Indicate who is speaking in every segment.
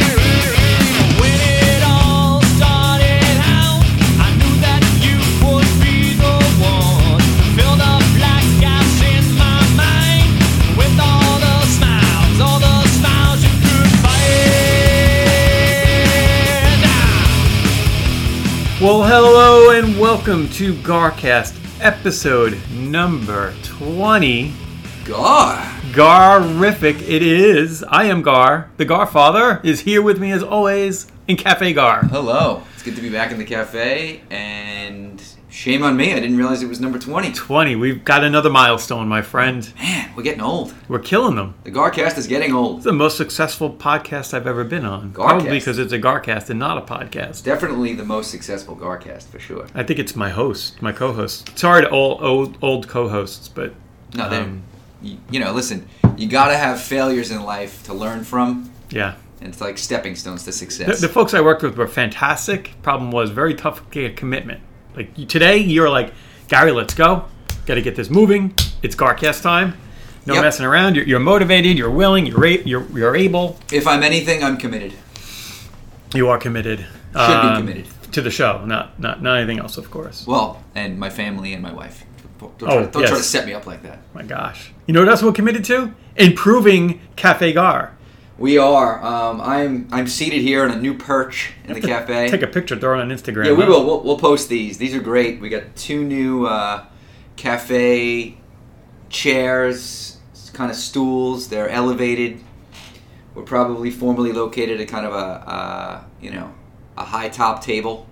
Speaker 1: When it all started out, I knew that you would be the one. Filled up black gaps in my mind with all the smiles, all the smiles you could find.
Speaker 2: Well, hello and welcome to Garcast episode number 20.
Speaker 3: Gar.
Speaker 2: Garrific it is. I am Gar. The Garfather is here with me as always in Cafe Gar.
Speaker 3: Hello. It's good to be back in the cafe, and shame on me, I didn't realize it was number 20.
Speaker 2: 20. We've got another milestone, my friend.
Speaker 3: Man, we're getting old.
Speaker 2: We're killing them.
Speaker 3: The Garcast is getting
Speaker 2: It's
Speaker 3: old.
Speaker 2: the most successful podcast I've ever been on. Probably
Speaker 3: Garcast.
Speaker 2: because it's a Garcast and not a podcast.
Speaker 3: Definitely the most successful Garcast for sure.
Speaker 2: I think it's my host, my co-host. Sorry to all old old co-hosts, but
Speaker 3: No, they
Speaker 2: Um,
Speaker 3: you, you know, listen, you gotta have failures in life to learn from,
Speaker 2: yeah,
Speaker 3: and it's like stepping stones to
Speaker 2: The,
Speaker 3: success.
Speaker 2: the folks I worked with were fantastic. Problem was very tough to get commitment. Like you- today, you're like, Gary, let's go. Got to get this moving. It's Garcast time. No
Speaker 3: Yep.
Speaker 2: messing around. You're, you're motivated. You're willing. You're, a- you're you're able.
Speaker 3: if I'm anything, I'm committed.
Speaker 2: You are committed. Should
Speaker 3: be committed.
Speaker 2: to the show, not not not anything else, of course.
Speaker 3: Well, and my family and my wife. Don't, try,
Speaker 2: Oh,
Speaker 3: don't try to
Speaker 2: yes.
Speaker 3: set me up like that.
Speaker 2: my gosh, you know what else we're committed to? Improving Cafe Gar.
Speaker 3: We are. Um, I'm I'm seated here on a new perch in the cafe.
Speaker 2: Take a picture, throw it on Instagram.
Speaker 3: Yeah, we
Speaker 2: huh?
Speaker 3: will. We'll, we'll post these. These are great. We got two new uh, cafe chairs, kind of stools. They're elevated. We're probably formally located at kind of a uh, you know a high top table.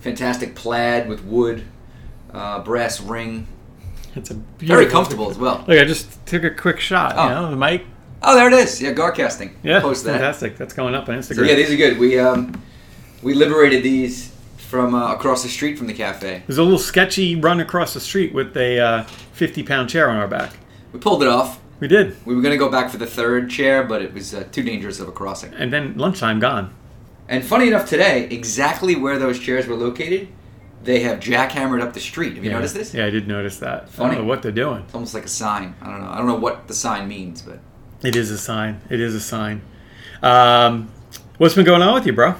Speaker 3: Fantastic plaid with wood, uh, brass ring.
Speaker 2: It's a
Speaker 3: Very
Speaker 2: beautiful-
Speaker 3: comfortable as well.
Speaker 2: Look, I just took a quick shot.
Speaker 3: Oh.
Speaker 2: You know, the mic.
Speaker 3: Oh, there it is. Yeah, Garcasting.
Speaker 2: Yeah,
Speaker 3: post that.
Speaker 2: fantastic. That's going up on Instagram.
Speaker 3: So yeah, these are good. We um, we liberated these from uh, across the street from the cafe.
Speaker 2: There's a little sketchy run across the street with a uh, 50 pound chair on our back.
Speaker 3: We pulled it off.
Speaker 2: We did.
Speaker 3: We were gonna go back for the third chair, but it was uh, too dangerous of a crossing.
Speaker 2: And then lunchtime gone.
Speaker 3: And funny enough, today, exactly where those chairs were located, they have jackhammered up the street. Have you noticed this?
Speaker 2: Yeah, I did notice that. I
Speaker 3: Funny.
Speaker 2: don't know what they're doing.
Speaker 3: It's almost like a sign. I don't know. I don't know what the sign means, but
Speaker 2: It is a sign. It is a sign. Um, what's been going on with you, bro?
Speaker 3: um,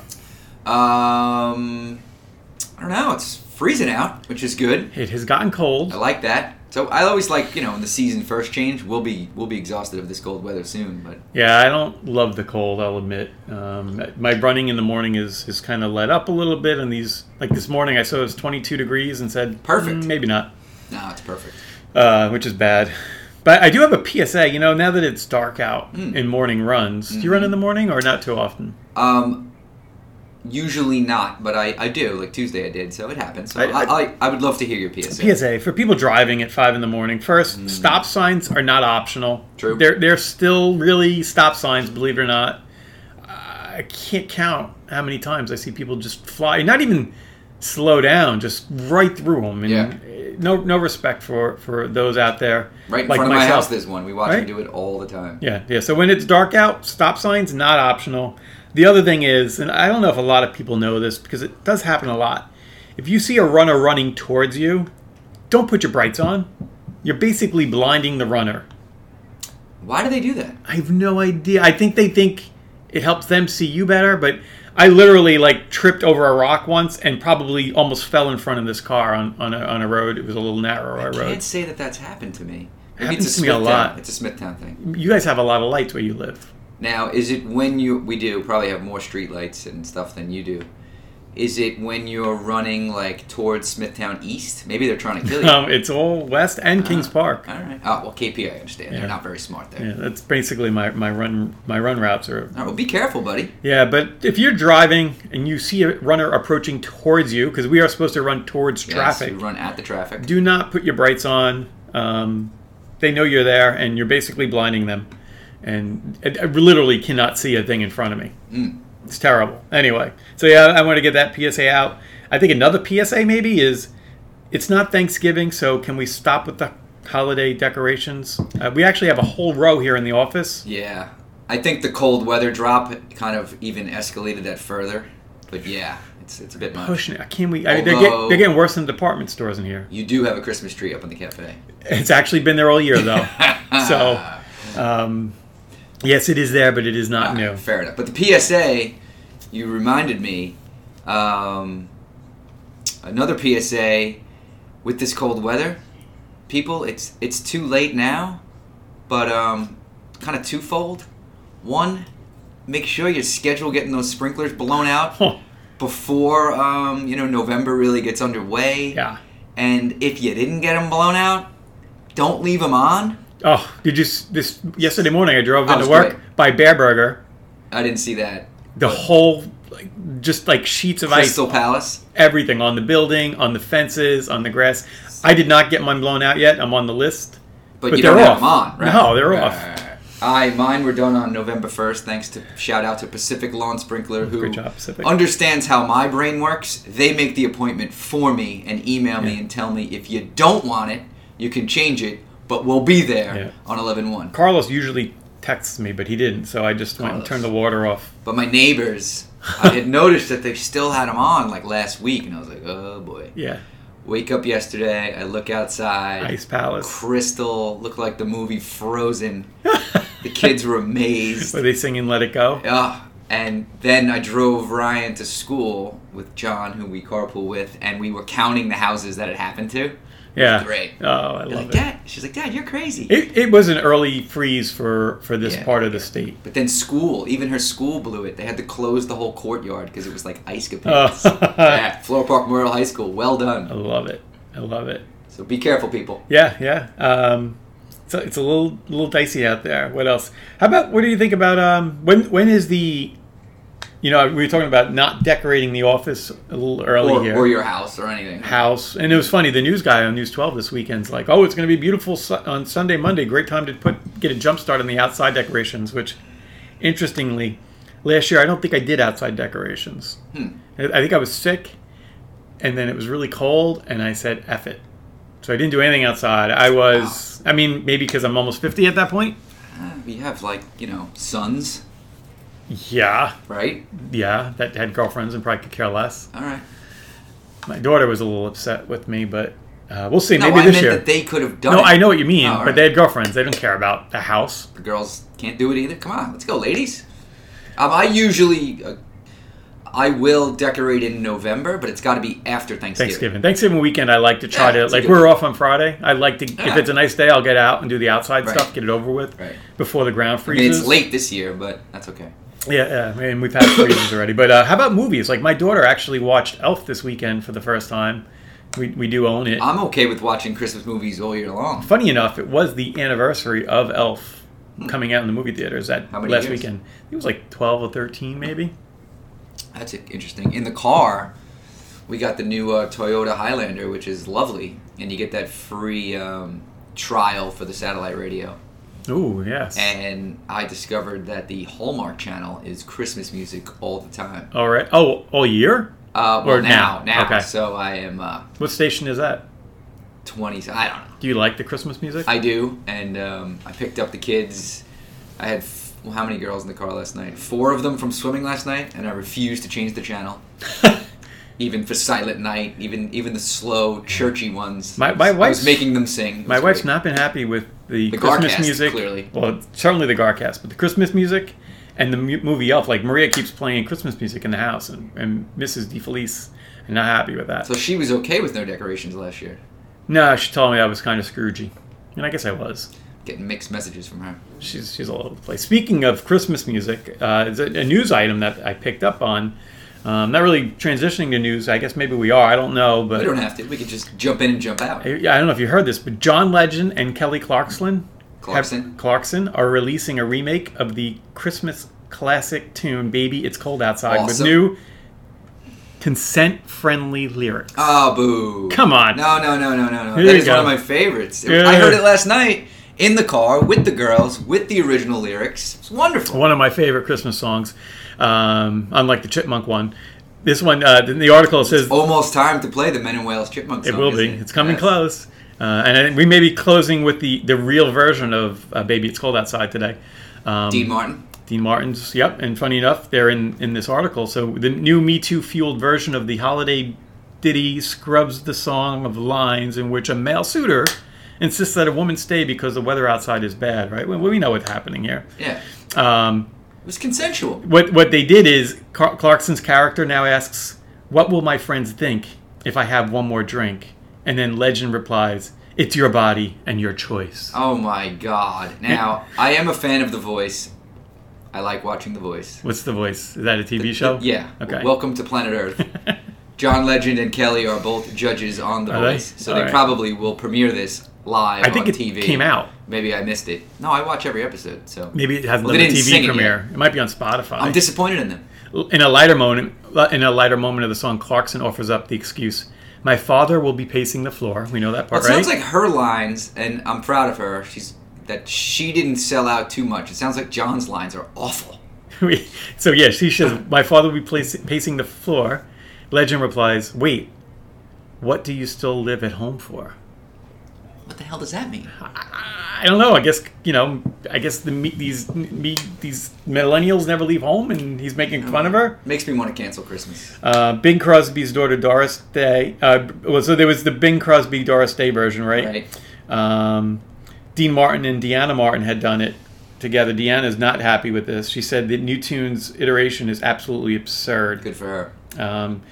Speaker 3: I don't know. It's freezing out, which is good.
Speaker 2: It has gotten cold.
Speaker 3: I like that. So I always like you know when the season first change, we'll be we'll be exhausted of this cold weather soon. But
Speaker 2: Yeah, I don't love the cold. I'll admit. Um, my running in the morning is is kind of let up a little bit, and these like this morning I saw it was 22 degrees and said
Speaker 3: Perfect.
Speaker 2: "Mm, maybe not.
Speaker 3: no, it's perfect.
Speaker 2: uh, which is bad. But I do have a PSA. You know, now that it's dark out
Speaker 3: Hmm.
Speaker 2: and morning runs, do you run in the morning or not too often?
Speaker 3: Um, usually not, but I, I do. Like Tuesday, I did, so it happens. So
Speaker 2: I-
Speaker 3: I,
Speaker 2: I-
Speaker 3: I, I, would love to hear your PSA.
Speaker 2: PSA for people driving at five in the morning. First, stop signs are not optional.
Speaker 3: Hmm. True.
Speaker 2: They're they're still really stop signs. Believe it or not, I can't count how many times I see people just fly, not even slow down, just right through them. And
Speaker 3: Yeah.
Speaker 2: No no respect for for those out there.
Speaker 3: Right in
Speaker 2: like
Speaker 3: front of my
Speaker 2: myself.
Speaker 3: house, there's one. We watch
Speaker 2: Right?
Speaker 3: him do it all the time.
Speaker 2: Yeah, yeah. So when it's dark out, stop signs not optional. The other thing is, and I don't know if a lot of people know this because it does happen a lot. If you see a runner running towards you, don't put your brights on. You're basically blinding the runner.
Speaker 3: Why do they do that?
Speaker 2: I have no idea. I think they think it helps them see you better, but I literally like tripped over a rock once and probably almost fell in front of this car on, on, a, on a road. It was a little narrower
Speaker 3: I
Speaker 2: road.
Speaker 3: can't say that that's happened to me. Maybe
Speaker 2: Happens
Speaker 3: it's
Speaker 2: to me a
Speaker 3: Smithtown-
Speaker 2: lot.
Speaker 3: It's a Smithtown thing.
Speaker 2: You guys have a lot of lights where you live.
Speaker 3: Now, is it when you? We do probably have more streetlights and stuff than you do. Is it when you're running like towards Smithtown East? Maybe they're trying to kill you.
Speaker 2: Um, it's all west and Kings Park.
Speaker 3: All right. Oh well, KP, I understand.
Speaker 2: Yeah.
Speaker 3: They're not very smart there.
Speaker 2: Yeah, that's basically my, my run my run routes are.
Speaker 3: All right, well, be careful, buddy.
Speaker 2: Yeah, but if you're driving and you see a runner approaching towards you, because we are supposed to run towards
Speaker 3: Yes,
Speaker 2: traffic,
Speaker 3: you run at the traffic.
Speaker 2: do not put your brights on. Um, they know you're there, and you're basically blinding them. And I, I literally cannot see a thing in front of me.
Speaker 3: Mm.
Speaker 2: It's terrible. Anyway, so yeah, I want to get that PSA out. I think another PSA maybe is it's not Thanksgiving, so can we stop with the holiday decorations. Uh, we actually have a whole row here in the office.
Speaker 3: Yeah. I think the cold weather drop kind of even escalated that further. But yeah, it's it's a bit much.
Speaker 2: Pushing it. I can't we? I, they're, get,
Speaker 3: Although-
Speaker 2: they're getting worse than department stores in here.
Speaker 3: You do have a Christmas tree up in the cafe.
Speaker 2: It's actually been there all year though. so, um, yes, it is there, but it is not
Speaker 3: Ah,
Speaker 2: new.
Speaker 3: Fair enough. But the PSA, you reminded me, um, another PSA with this cold weather, people, it's it's too late now, but um, kind of twofold. One, make sure you schedule getting those sprinklers blown out
Speaker 2: Huh.
Speaker 3: before um, you know November really gets underway.
Speaker 2: Yeah.
Speaker 3: And if you didn't get them blown out, don't leave them on.
Speaker 2: Oh, did you s- this yesterday morning? I drove
Speaker 3: I
Speaker 2: into
Speaker 3: was
Speaker 2: work
Speaker 3: great.
Speaker 2: by Bear Burger.
Speaker 3: I didn't see that.
Speaker 2: The whole, like, just like sheets of ice
Speaker 3: Crystal Palace.
Speaker 2: everything on the building, on the fences, on the grass. I did not get mine blown out yet. I'm on the list.
Speaker 3: But,
Speaker 2: But
Speaker 3: you
Speaker 2: they're
Speaker 3: don't have
Speaker 2: off.
Speaker 3: them on, right?
Speaker 2: No, they're
Speaker 3: Right,
Speaker 2: off.
Speaker 3: right, right. I mine were done on November first. Thanks to shout out to Pacific Lawn Sprinkler, who
Speaker 2: Great job, Pacific.
Speaker 3: understands how my brain works. They make the appointment for me and email me and tell me if you don't want it, you can change it, but we'll be there
Speaker 2: Yeah.
Speaker 3: on 11-1.
Speaker 2: Carlos usually texts me, but he didn't, so I just went and
Speaker 3: Carlos.
Speaker 2: turned the water off.
Speaker 3: But my neighbors, I had noticed that they still had them on like last week, and I was like, oh boy.
Speaker 2: Yeah,
Speaker 3: Wake up yesterday. I look outside.
Speaker 2: Ice Palace.
Speaker 3: Crystal looked like the movie Frozen. the kids were amazed.
Speaker 2: Were they singing "Let It Go"?
Speaker 3: Yeah. And then I drove Ryan to school with John, who we carpool with, and we were counting the houses that it happened to.
Speaker 2: Yeah,
Speaker 3: great.
Speaker 2: Oh, I
Speaker 3: You're like,
Speaker 2: love it.
Speaker 3: Dad, she's like, Dad, you're crazy.
Speaker 2: It, it was an early freeze for, for this
Speaker 3: Yeah.
Speaker 2: part of the state.
Speaker 3: but then school, even her school blew it. They had to close the whole courtyard because it was like ice capades.
Speaker 2: Oh.
Speaker 3: yeah, Floral Park Memorial High School, well
Speaker 2: I
Speaker 3: done.
Speaker 2: love it. I love it.
Speaker 3: So be careful, people.
Speaker 2: Yeah, yeah. Um, so it's a little little dicey out there. What else? How about what do you think about um, when when is the you know we were talking about not decorating the office a little early
Speaker 3: Or,
Speaker 2: here
Speaker 3: or your house or anything.
Speaker 2: house and it was funny the news guy on news 12 this weekend's like oh it's going to be beautiful su- on sunday monday great time to put get a jump start on the outside decorations which interestingly last year i don't think i did outside decorations
Speaker 3: Hmm.
Speaker 2: I, I think i was sick and then it was really cold and i said F it so i didn't do anything outside i was i mean maybe because i'm almost 50 at that point
Speaker 3: We have like, you know, sons,
Speaker 2: yeah
Speaker 3: right?
Speaker 2: yeah that had girlfriends and probably could care less
Speaker 3: All right.
Speaker 2: my daughter was a little upset with me but uh, we'll see
Speaker 3: No,
Speaker 2: maybe
Speaker 3: I
Speaker 2: this
Speaker 3: meant
Speaker 2: year
Speaker 3: that they could have done
Speaker 2: No,
Speaker 3: it.
Speaker 2: I know what you mean,
Speaker 3: Oh, all
Speaker 2: but
Speaker 3: right.
Speaker 2: they had girlfriends. They didn't care about the house.
Speaker 3: The girls can't do it either. Come on, let's go, ladies. Um, I usually, uh, I will decorate in November, but it's got to be after Thanksgiving.
Speaker 2: Thanksgiving. Thanksgiving weekend, I like to try
Speaker 3: Yeah,
Speaker 2: to
Speaker 3: it's a
Speaker 2: like
Speaker 3: good
Speaker 2: we're
Speaker 3: one.
Speaker 2: off on Friday. I like to if
Speaker 3: Yeah.
Speaker 2: it's a nice day, I'll get out and do the outside
Speaker 3: Right.
Speaker 2: stuff, get it over with
Speaker 3: Right.
Speaker 2: before the ground
Speaker 3: I mean,
Speaker 2: freezes.
Speaker 3: it's late this year, but that's okay.
Speaker 2: Yeah, yeah, and we've had freezes already. But uh, how about movies? Like my daughter actually watched Elf this weekend for the first time. We we do own it.
Speaker 3: I'm okay with watching Christmas movies all year long.
Speaker 2: Funny enough, it was the anniversary of Elf coming out in the movie theaters that
Speaker 3: How many
Speaker 2: last
Speaker 3: years?
Speaker 2: weekend. It was like twelve or thirteen, maybe.
Speaker 3: That's interesting. In the car, we got the new uh, Toyota Highlander, which is lovely, and you get that free um, trial for the satellite radio.
Speaker 2: Ooh, yes.
Speaker 3: And I discovered that the Hallmark Channel is Christmas music all the time.
Speaker 2: all right. Oh, all year.
Speaker 3: Uh, well,
Speaker 2: Or
Speaker 3: now,
Speaker 2: now.
Speaker 3: now.
Speaker 2: Okay.
Speaker 3: So I am uh,
Speaker 2: What station is that?
Speaker 3: 20. I don't know.
Speaker 2: Do you like the Christmas music?
Speaker 3: I do, and um, I picked up the kids. I had f- well, how many girls in the car last night? Four of them from swimming last night, and I refused to change the channel, even for Silent Night, even even the slow churchy ones.
Speaker 2: My-
Speaker 3: I
Speaker 2: my
Speaker 3: was- I was
Speaker 2: wife's-
Speaker 3: making them sing. It
Speaker 2: My
Speaker 3: was
Speaker 2: wife's
Speaker 3: great.
Speaker 2: not been happy with the,
Speaker 3: The
Speaker 2: Christmas
Speaker 3: Garcast,
Speaker 2: music.
Speaker 3: clearly.
Speaker 2: Well, certainly the Garcast, but the Christmas music and the mu- movie Elf. Like Maria keeps playing Christmas music in the house, and, and Mrs. DeFelice is not happy with that.
Speaker 3: So she was okay with no decorations last year.
Speaker 2: no, she told me I was kind of scroogey, and I guess I was.
Speaker 3: Getting mixed messages from her.
Speaker 2: She's she's all over the place. Speaking of Christmas music, uh, it's a, a news item that I picked up on. Um, not really transitioning to news. I guess maybe we are. I don't know, but
Speaker 3: We don't have to. We could just jump in and jump out.
Speaker 2: I I don't know if you heard this, but John Legend and Kelly Clarkson
Speaker 3: Clarkson.
Speaker 2: have, Clarkson are releasing a remake of the Christmas classic tune "Baby It's Cold Outside" with
Speaker 3: Awesome.
Speaker 2: new consent-friendly lyrics.
Speaker 3: Oh, boo.
Speaker 2: Come on.
Speaker 3: No, no, no, no, no, no.
Speaker 2: Here
Speaker 3: That
Speaker 2: you
Speaker 3: is
Speaker 2: go.
Speaker 3: one of my favorites.
Speaker 2: Yeah.
Speaker 3: I heard it last night in the car with the girls with the original lyrics. It's wonderful.
Speaker 2: one of my favorite Christmas songs, um, unlike the Chipmunk one. This one, uh, the, the article says
Speaker 3: Almost time to play the Men in Wales Chipmunk
Speaker 2: it
Speaker 3: song,
Speaker 2: will
Speaker 3: isn't
Speaker 2: be. It's coming
Speaker 3: Oh, Yes.
Speaker 2: close. Uh, and I- we may be closing with the, the real version of uh, Baby It's Cold Outside today. Um,
Speaker 3: Dean Martin.
Speaker 2: Dean Martin's, yep. And funny enough, they're in, in this article. So the new Me Too fueled version of the holiday ditty scrubs the song of lines in which a male suitor insists that a woman stay because the weather outside is bad, right? We, we know what's happening here.
Speaker 3: Yeah.
Speaker 2: Um,
Speaker 3: It was consensual.
Speaker 2: what what they did is Car- Clarkson's character now asks, "What will my friends think if I have one more drink?" And then Legend replies, "It's your body and your choice."
Speaker 3: Oh my god. Now, I am a fan of The Voice. I like watching The Voice.
Speaker 2: What's the voice? Is that a TV show?
Speaker 3: Yeah.
Speaker 2: Okay.
Speaker 3: Welcome to planet Earth. John Legend and Kelly are both judges on The
Speaker 2: Are they?
Speaker 3: Voice, so
Speaker 2: All
Speaker 3: they
Speaker 2: right.
Speaker 3: probably will premiere this live
Speaker 2: I think
Speaker 3: on
Speaker 2: it
Speaker 3: TV.
Speaker 2: came out.
Speaker 3: Maybe I missed it. No, I watch every episode, so
Speaker 2: Maybe it has
Speaker 3: Well, they
Speaker 2: another
Speaker 3: didn't sing
Speaker 2: TV
Speaker 3: it
Speaker 2: premiere. It, might be on Spotify.
Speaker 3: I'm disappointed in them.
Speaker 2: in a lighter moment, uh, in a lighter moment of the song, Clarkson offers up the excuse, "My father will be pacing the floor." We know that
Speaker 3: Well,
Speaker 2: part,
Speaker 3: it
Speaker 2: right?
Speaker 3: sounds like her lines, and I'm proud of her. She's that she didn't sell out too much. It sounds like John's lines are awful.
Speaker 2: We- so yeah, she says, "My father will be place- pacing the floor." Legend replies, "Wait, what do you still live at home for?"
Speaker 3: What the hell does that mean?
Speaker 2: I don't know. I guess you know. I guess the me, these me, these millennials never leave home, and he's making fun of her.
Speaker 3: Makes me want to cancel Christmas.
Speaker 2: Uh, Bing Crosby's daughter Doris Day. Uh, well, so there was the Bing Crosby Doris Day version,
Speaker 3: Right?
Speaker 2: um, Dean Martin and Deanna Martin had done it together. Deanna's not happy with this. She said that New Tunes iteration is absolutely absurd.
Speaker 3: Good for her.
Speaker 2: Um,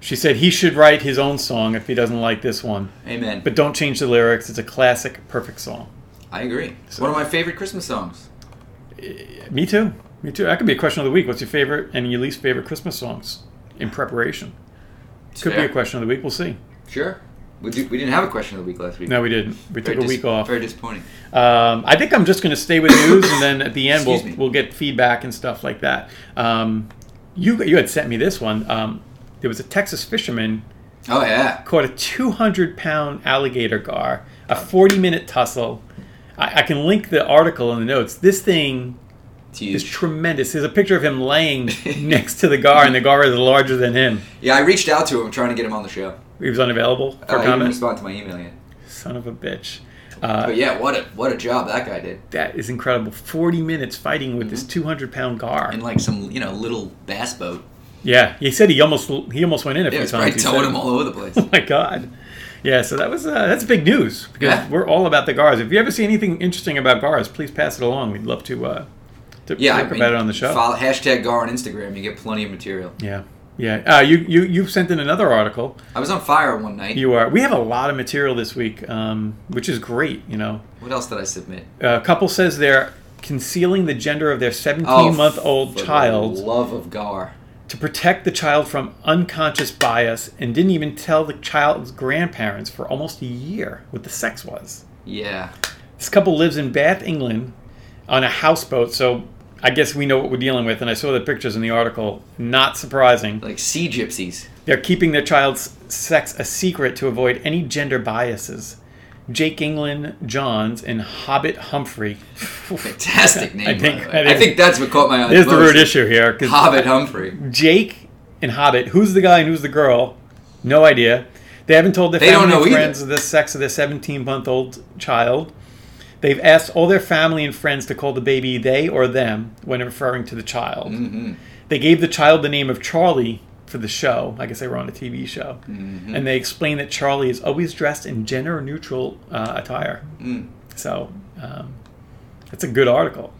Speaker 2: she said he should write his own song if he doesn't like this one,
Speaker 3: Amen.
Speaker 2: but don't change the lyrics. It's a classic, perfect song.
Speaker 3: I agree. It's one of my favorite Christmas songs.
Speaker 2: Me too. Me too. That could be a question of the week. What's your favorite and your least favorite Christmas songs in preparation?
Speaker 3: It's
Speaker 2: Could
Speaker 3: fair.
Speaker 2: be a question of the week. We'll see.
Speaker 3: Sure. We, do, we didn't have a question of the week last week.
Speaker 2: No, we didn't. We took
Speaker 3: Very
Speaker 2: a
Speaker 3: dis-
Speaker 2: week off.
Speaker 3: Very disappointing.
Speaker 2: Um, I think I'm just going to stay with news, and then at the end we'll,
Speaker 3: Excuse me.
Speaker 2: we'll get feedback and stuff like that. Um, you you had sent me this one. Um, there was a Texas fisherman
Speaker 3: Oh yeah.
Speaker 2: caught a 200 pound alligator gar, a 40 minute tussle. I, I can link the article in the notes. This thing
Speaker 3: It's
Speaker 2: is
Speaker 3: huge.
Speaker 2: tremendous. There's a picture of him laying next to the gar, and the gar is larger than him.
Speaker 3: Yeah, I reached out to him trying to get him on the show.
Speaker 2: He was unavailable for
Speaker 3: Uh, he didn't
Speaker 2: comment.
Speaker 3: respond to my email yet.
Speaker 2: Son of a bitch. Uh,
Speaker 3: But yeah, what a what a job that guy did.
Speaker 2: that is incredible. 40 minutes fighting with this
Speaker 3: Mm-hmm.
Speaker 2: 200 pound gar.
Speaker 3: In like some you know little bass boat.
Speaker 2: Yeah, he said he almost he almost went in a
Speaker 3: Yeah,
Speaker 2: few
Speaker 3: it's
Speaker 2: times.
Speaker 3: probably
Speaker 2: he
Speaker 3: towing
Speaker 2: said.
Speaker 3: him all over the place.
Speaker 2: Oh my god. Yeah, so that was uh, that's big news because
Speaker 3: Yeah.
Speaker 2: we're all about the gars. If you ever see anything interesting about gars, please pass it along. We'd love to uh, to
Speaker 3: Yeah,
Speaker 2: talk
Speaker 3: I mean,
Speaker 2: about it on the show.
Speaker 3: Follow, hashtag Gar on Instagram. You get plenty of material.
Speaker 2: yeah, yeah. Uh, you you you sent in another article.
Speaker 3: I was on fire one night.
Speaker 2: You are we have a lot of material this week, um, which is great. You know,
Speaker 3: What else did I submit?
Speaker 2: a couple says they're concealing the gender of their
Speaker 3: Oh,
Speaker 2: 17 month old
Speaker 3: for the
Speaker 2: child.
Speaker 3: love of Gar.
Speaker 2: to protect the child from unconscious bias and didn't even tell the child's grandparents for almost a year what the sex was.
Speaker 3: Yeah.
Speaker 2: This couple lives in Bath, England on a houseboat, so I guess we know what we're dealing with, and I saw the pictures in the article. Not surprising.
Speaker 3: Like sea gypsies.
Speaker 2: They're keeping their child's sex a secret to avoid any gender biases. Jake England Johns and Hobbit Humphrey.
Speaker 3: Fantastic name.
Speaker 2: I think,
Speaker 3: by the way. I think, that's what caught my eye.
Speaker 2: there's the
Speaker 3: most.
Speaker 2: root issue here. 'cause-
Speaker 3: Hobbit Humphrey.
Speaker 2: Jake and Hobbit, who's the guy and who's the girl? No idea. They haven't told their
Speaker 3: They don't
Speaker 2: family and
Speaker 3: know either.
Speaker 2: friends the sex of their 17 month old child. They've asked all their family and friends to call the baby they or them when referring to the child.
Speaker 3: Mm-hmm.
Speaker 2: They gave the child the name of Charlie for the show. I guess they were on a TV show.
Speaker 3: Mm-hmm.
Speaker 2: And they explained that Charlie is always dressed in gender neutral uh, attire.
Speaker 3: Mm.
Speaker 2: So um, that's a good article.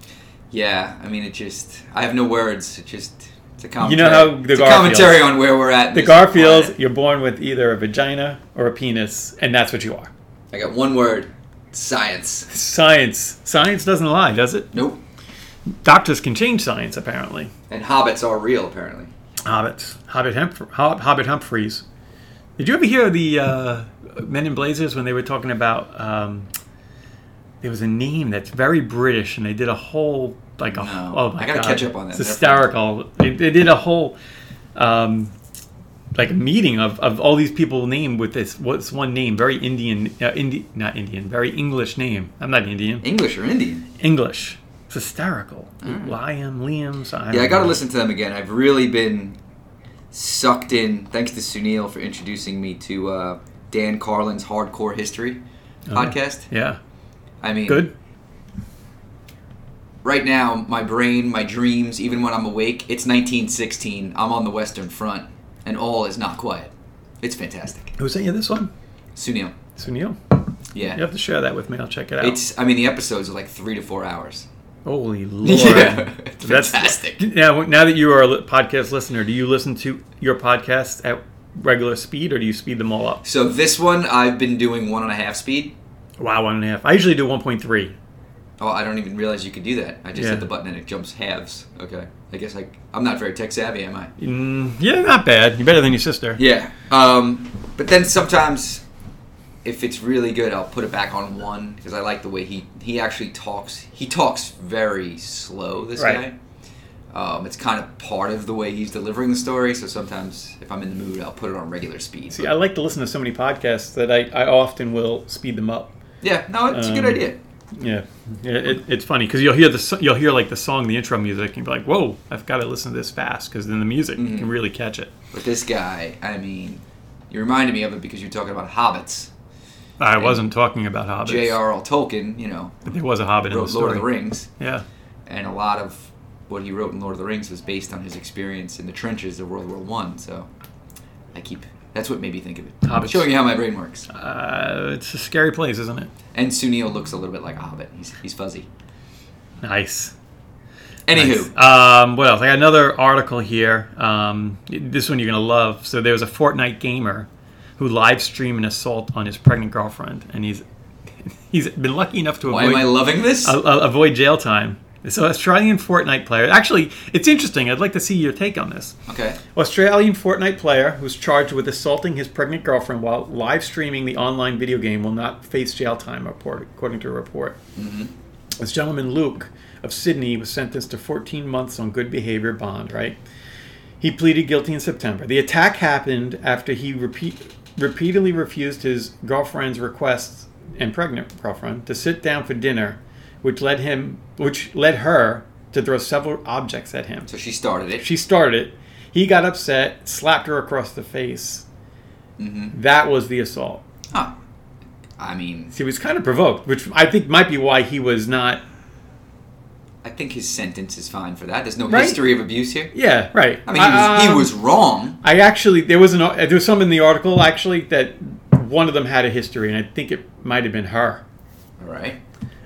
Speaker 3: Yeah, I mean, it just. I have no words. It just. It's a commentary.
Speaker 2: how the
Speaker 3: it's a
Speaker 2: Gar
Speaker 3: commentary
Speaker 2: feels.
Speaker 3: on where we're at. in
Speaker 2: The
Speaker 3: this
Speaker 2: Garfields,
Speaker 3: planet.
Speaker 2: you're born with either a vagina or a penis, and that's what you are.
Speaker 3: I got one word. Science.
Speaker 2: Science. Science doesn't lie, does it?
Speaker 3: Nope.
Speaker 2: Doctors can change science, apparently.
Speaker 3: And hobbits are real, apparently.
Speaker 2: Hobbits. Hobbit, Humph- Hob- Hobbit Humphreys. Did you ever hear the uh, Men in Blazers when they were talking about? Um, there was a name that's very British, and they did a whole like a
Speaker 3: No.
Speaker 2: oh my
Speaker 3: I gotta
Speaker 2: God.
Speaker 3: catch up on that.
Speaker 2: It's hysterical. They, they did a whole um, like meeting of, of all these people named with this what's one name very Indian uh, Indi- not Indian very English name. I'm not Indian.
Speaker 3: English or Indian?
Speaker 2: English. It's hysterical. Liam, Liam. So
Speaker 3: Yeah, I
Speaker 2: don't
Speaker 3: gotta
Speaker 2: know.
Speaker 3: listen to them again. I've really been sucked in. Thanks to Sunil for introducing me to uh, Dan Carlin's Hardcore History. podcast.
Speaker 2: Yeah.
Speaker 3: I mean,
Speaker 2: Uh-huh. Good.
Speaker 3: right now, my brain, my dreams, even when I'm awake, it's 1916. I'm on the Western Front, and all is not quiet. It's fantastic.
Speaker 2: Who sent you this one?
Speaker 3: Sunil.
Speaker 2: Sunil.
Speaker 3: Yeah.
Speaker 2: You have to share that with me. I'll check it out.
Speaker 3: It's. I mean, the episodes are like three to four hours.
Speaker 2: Holy lord.
Speaker 3: Yeah, it's
Speaker 2: That's-
Speaker 3: fantastic.
Speaker 2: Now, now that you are a li- podcast listener, do you listen to your podcasts at regular speed or do you speed them all up?
Speaker 3: So this one, I've been doing one and a half speed.
Speaker 2: Wow, one and a half. I usually do 1.3.
Speaker 3: Oh, I don't even realize you could do that. I just
Speaker 2: Yeah.
Speaker 3: hit the button and it jumps halves. Okay. I guess I, I'm not very tech savvy, am I?
Speaker 2: Mm, yeah, not bad. You're better than your sister.
Speaker 3: Yeah. Um, but then sometimes, if it's really good, I'll put it back on one because I like the way he he actually talks. He talks very slow. This
Speaker 2: Right.
Speaker 3: guy. Um, it's kind of part of the way he's delivering the story. So sometimes, if I'm in the mood, I'll put it on regular speed.
Speaker 2: See, I like to listen to so many podcasts that I, I often will speed them up.
Speaker 3: yeah. No, it's a good
Speaker 2: Um,
Speaker 3: idea.
Speaker 2: Yeah, yeah it, it's funny because you'll hear the so- you'll hear like the song, the intro music, and you'll be like, "Whoa, I've got to listen to this fast," because then the music
Speaker 3: Mm-hmm.
Speaker 2: you can really catch it.
Speaker 3: But this guy, I mean, you reminded me of it because you're talking about hobbits.
Speaker 2: I wasn't talking about hobbits.
Speaker 3: J.R.R. Tolkien, you know,
Speaker 2: But there was a hobbit in the
Speaker 3: wrote
Speaker 2: story.
Speaker 3: Lord of the Rings.
Speaker 2: Yeah,
Speaker 3: and a lot of what he wrote in Lord of the Rings was based on his experience in the trenches of World War One. So I keep that's what made me think of it.
Speaker 2: Hobbits.
Speaker 3: Showing you how my brain works.
Speaker 2: uh, it's a scary place, isn't it?
Speaker 3: And Sunil looks a little bit like a hobbit. He's, he's fuzzy.
Speaker 2: Nice.
Speaker 3: Anywho,
Speaker 2: Um, what else? I got another article here. Um, this one you're going to love. So there was a Fortnite gamer who live streamed an assault on his pregnant girlfriend, and he's he's been lucky enough to
Speaker 3: why
Speaker 2: avoid
Speaker 3: am I loving this?
Speaker 2: a- a- avoid jail time. So Australian Fortnite player. Actually, it's interesting. I'd like to see your take on this.
Speaker 3: okay.
Speaker 2: Australian Fortnite player who's charged with assaulting his pregnant girlfriend while live streaming the online video game will not face jail time, report, according to a report. This gentleman, Luke of Sydney, was sentenced to 14 months on good behavior bond, right? He pleaded guilty in September. The attack happened after he repeat, repeatedly refused his girlfriend's requests and pregnant girlfriend to sit down for dinner, which led him, which led her to throw several objects at him.
Speaker 3: So she started it.
Speaker 2: She started it. He got upset, slapped her across the face.
Speaker 3: Mm-hmm.
Speaker 2: That was the assault.
Speaker 3: Huh. I mean,
Speaker 2: He was kind of provoked, which I think might be why he was not.
Speaker 3: I think his sentence is fine for that. There's no
Speaker 2: Right.
Speaker 3: history of abuse here.
Speaker 2: Yeah, right.
Speaker 3: I mean, he was, he
Speaker 2: Um,
Speaker 3: was wrong.
Speaker 2: I actually there was an there was some in the article actually that one of them had a history, and I think it might have been her.
Speaker 3: All right.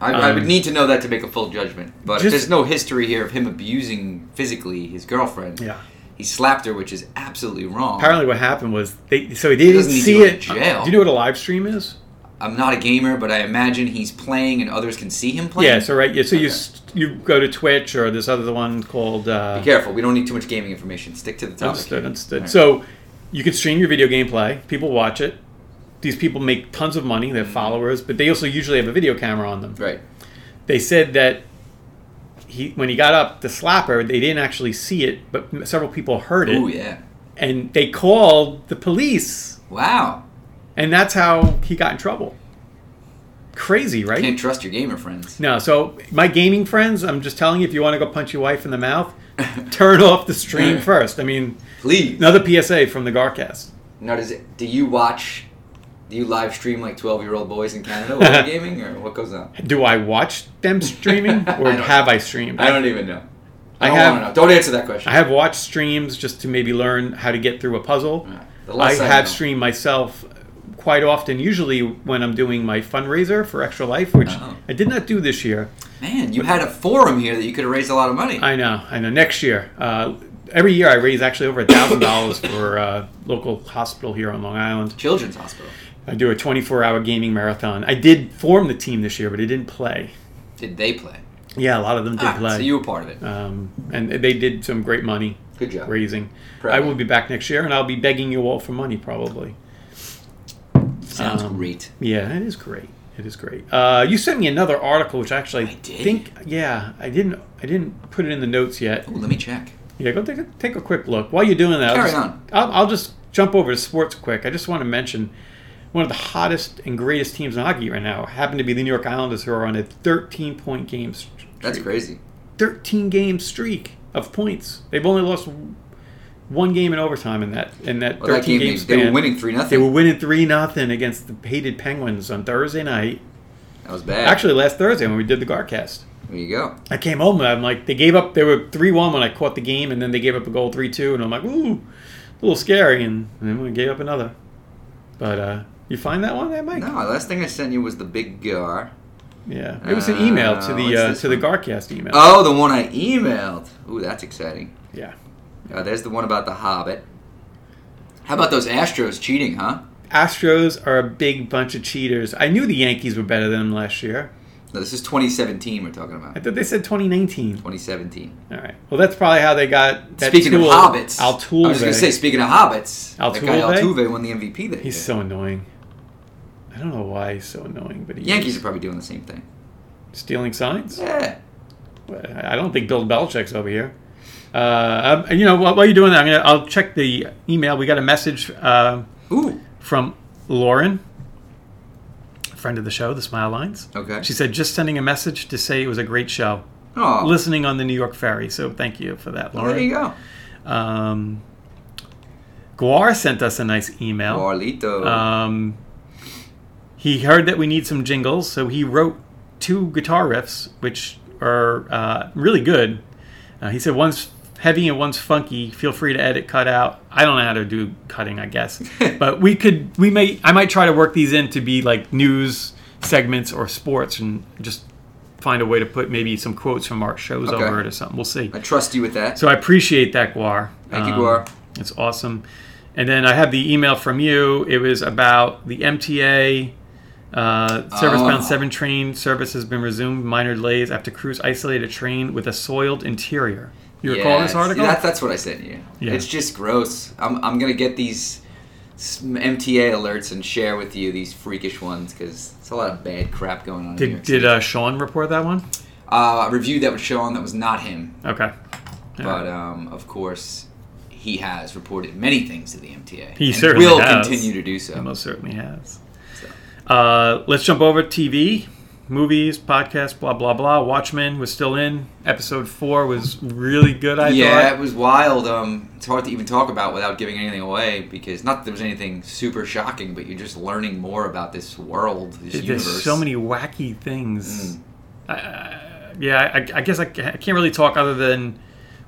Speaker 3: I, I would
Speaker 2: Um,
Speaker 3: need to know that to make a full judgment. But if
Speaker 2: just-
Speaker 3: there's no history here of him abusing physically his girlfriend.
Speaker 2: Yeah.
Speaker 3: He slapped her, which is absolutely wrong.
Speaker 2: Apparently, what happened was they so they didn't
Speaker 3: doesn't need to
Speaker 2: see
Speaker 3: go to
Speaker 2: it.
Speaker 3: jail.
Speaker 2: Do you know what a live stream is?
Speaker 3: I'm not a gamer, but I imagine he's playing and others can see him playing.
Speaker 2: Yeah. So right. Yeah. So you
Speaker 3: Okay.
Speaker 2: s- you go to Twitch or this other one called. Uh,
Speaker 3: Be careful. We don't need too much gaming information. Stick to the topic.
Speaker 2: Understood, understood.
Speaker 3: All right.
Speaker 2: So you can stream your video gameplay. People watch it. These people make tons of money. They're followers, but they also usually have a video camera on them.
Speaker 3: Mm-hmm. Right.
Speaker 2: They said that he, when he got up to slap her, they didn't actually see it, but m- several people heard it,
Speaker 3: Oh, yeah.
Speaker 2: and they called the police,
Speaker 3: Wow.
Speaker 2: and that's how he got in trouble. Crazy, right?
Speaker 3: Can't trust your gamer friends.
Speaker 2: No, so my gaming friends, I'm just telling you, if you want to go punch your wife in the mouth, turn off the stream first. I mean,
Speaker 3: Please.
Speaker 2: another PSA from the Garcast.
Speaker 3: Now, does it, do you watch, do you live stream like 12 year old boys in Canada while you're gaming or what goes on?
Speaker 2: Do I watch them streaming
Speaker 3: I
Speaker 2: or
Speaker 3: don't-
Speaker 2: have I streamed?
Speaker 3: I don't even know.
Speaker 2: I
Speaker 3: I don't
Speaker 2: have-
Speaker 3: want to know. Don't answer that question.
Speaker 2: I have watched streams just to maybe learn how to get through a puzzle.
Speaker 3: The
Speaker 2: I
Speaker 3: less
Speaker 2: have
Speaker 3: know.
Speaker 2: streamed myself quite often, usually when I'm doing my fundraiser for Extra Life, which
Speaker 3: Oh.
Speaker 2: I did not do this year.
Speaker 3: Man, you had a forum here that you could have raised a lot of money.
Speaker 2: I know, I know. Next year, uh, every year I raise actually over a thousand dollars for a local hospital here on Long Island.
Speaker 3: Children's Hospital.
Speaker 2: I do a 24-hour gaming marathon. I did form the team this year, but I didn't play.
Speaker 3: Did they play?
Speaker 2: Yeah, a lot of them did
Speaker 3: Ah,
Speaker 2: play.
Speaker 3: so you were part of it.
Speaker 2: um, and they did some great money.
Speaker 3: Good job.
Speaker 2: raising.
Speaker 3: Proud.
Speaker 2: I will be back next year, and I'll be begging you all for money, probably.
Speaker 3: Sounds
Speaker 2: um,
Speaker 3: great.
Speaker 2: Yeah, it is great. It is great. Uh, you sent me another article, which actually I,
Speaker 3: did?
Speaker 2: think, yeah, I didn't, I didn't put it in the notes yet.
Speaker 3: Ooh, let me check.
Speaker 2: Yeah, go take a, take a quick look. While you're doing that, I'll
Speaker 3: Carry
Speaker 2: just,
Speaker 3: on.
Speaker 2: I'll, I'll just jump over to sports quick. I just want to mention one of the hottest and greatest teams in hockey right now happen to be the New York Islanders, who are on a 13 point game. s-
Speaker 3: That's crazy.
Speaker 2: 13 game streak of points. They've only lost one game in overtime in that in that
Speaker 3: Well, that
Speaker 2: thirteen
Speaker 3: game,
Speaker 2: game
Speaker 3: they-
Speaker 2: span.
Speaker 3: they were winning 3
Speaker 2: They
Speaker 3: nothing.
Speaker 2: were winning three nothing against the hated Penguins on Thursday night.
Speaker 3: That was bad.
Speaker 2: Actually, last Thursday when we did the Garcast,
Speaker 3: there you go.
Speaker 2: I came home and I'm like, they gave up. They were three one when I caught the game, and then they gave up a goal three two, and I'm like, ooh, a little scary. And, and then we gave up another. But uh, you find that one, that Mike?
Speaker 3: No, the last thing I sent you was the big gar.
Speaker 2: Yeah, it was an email to
Speaker 3: Uh,
Speaker 2: the
Speaker 3: what's
Speaker 2: uh,
Speaker 3: this
Speaker 2: to the
Speaker 3: one?
Speaker 2: Garcast email.
Speaker 3: Oh, the one I emailed. Ooh, that's exciting.
Speaker 2: Yeah,
Speaker 3: Uh, there's the one about the Hobbit. How about those Astros cheating, huh?
Speaker 2: Astros are a big bunch of cheaters. I knew the Yankees were better than them last year.
Speaker 3: No, this is 2017 we're talking
Speaker 2: I
Speaker 3: about.
Speaker 2: thought they said 2019.
Speaker 3: 2017.
Speaker 2: All right. Well, that's probably how they got that
Speaker 3: speaking
Speaker 2: tool,
Speaker 3: of hobbits,
Speaker 2: Altuve.
Speaker 3: I was going to say, speaking of hobbits, that guy
Speaker 2: Altuve?
Speaker 3: Altuve won the MVP that
Speaker 2: he's
Speaker 3: year.
Speaker 2: so annoying. I don't know why he's so annoying, but he
Speaker 3: Yankees are
Speaker 2: is.
Speaker 3: probably doing the same thing.
Speaker 2: stealing signs.
Speaker 3: Yeah.
Speaker 2: I don't think Bill Belichick's over here. Uh, um, you know, while, while you're doing that, I'm gonna, I'll check the email. We got a message uh,
Speaker 3: Ooh.
Speaker 2: from Lauren, a friend of the show, the Smile Lines.
Speaker 3: Okay.
Speaker 2: She said, just sending a message to say it was a great show.
Speaker 3: Oh,
Speaker 2: Listening on the New York Ferry. So thank you for that,
Speaker 3: well,
Speaker 2: Lauren.
Speaker 3: there you go.
Speaker 2: Um, Guar sent us a nice email.
Speaker 3: Barlito.
Speaker 2: Um, he heard that we need some jingles, so he wrote two guitar riffs, which are uh, really good. Uh, he said one's heavy and one's funky. Feel free to edit, cut out. I don't know how to do cutting, I guess, but we could. We may. I might try to work these in to be like news segments or sports, and just find a way to put maybe some quotes from our shows
Speaker 3: Okay.
Speaker 2: over it or something. We'll see.
Speaker 3: I trust you with that.
Speaker 2: So I appreciate that, Guar. Um,
Speaker 3: Thank you, Guar.
Speaker 2: It's awesome. And then I have the email from you. It was about the MTA uh, service bound
Speaker 3: Oh.
Speaker 2: 7 train service has been resumed, minor delays after crews isolate a train with a soiled interior. You recall
Speaker 3: Yes.
Speaker 2: this article?
Speaker 3: That, that's what I sent you.
Speaker 2: Yeah.
Speaker 3: It's just gross. I'm, I'm going to get these s- MTA alerts and share with you these freakish ones because it's a lot of bad crap going on. in New
Speaker 2: did
Speaker 3: York
Speaker 2: did
Speaker 3: City.
Speaker 2: uh, Sean report that one?
Speaker 3: uh, I reviewed that with Sean. That was not him,
Speaker 2: Okay. Yeah.
Speaker 3: but um, of course, he has reported many things to the MTA.
Speaker 2: He
Speaker 3: and
Speaker 2: certainly
Speaker 3: will
Speaker 2: has.
Speaker 3: continue to do so.
Speaker 2: It most certainly has.
Speaker 3: uh, So.
Speaker 2: Uh, let's jump over to TV, movies, podcasts, blah, blah, blah. Watchmen was still in. Episode 4 was really good, I
Speaker 3: yeah,
Speaker 2: thought.
Speaker 3: it was wild. Um, it's hard to even talk about without giving anything away because not that there was anything super shocking, but you're just learning more about this world, this universe. Mm.
Speaker 2: There's so many wacky things. I- I, yeah, I, I guess I, ca- I can't really talk other than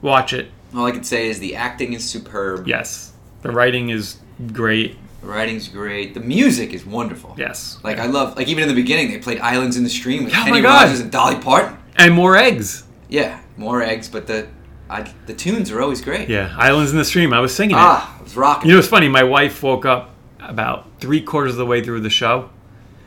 Speaker 2: watch it.
Speaker 3: All I can say is the acting is superb.
Speaker 2: Yes, the writing is great.
Speaker 3: The writing's great. The music is wonderful.
Speaker 2: Yes,
Speaker 3: Like I love, like even in the beginning, they played "Islands in the Stream" with
Speaker 2: Oh my
Speaker 3: Kenny
Speaker 2: God.
Speaker 3: Rogers and Dolly Parton.
Speaker 2: and more eggs.
Speaker 3: Yeah, more eggs, but the I, the tunes are always great.
Speaker 2: Yeah, Islands in the Stream. I was singing it.
Speaker 3: Ah, it was rocking.
Speaker 2: You know, it's funny. My wife woke up about three quarters of the way through the show,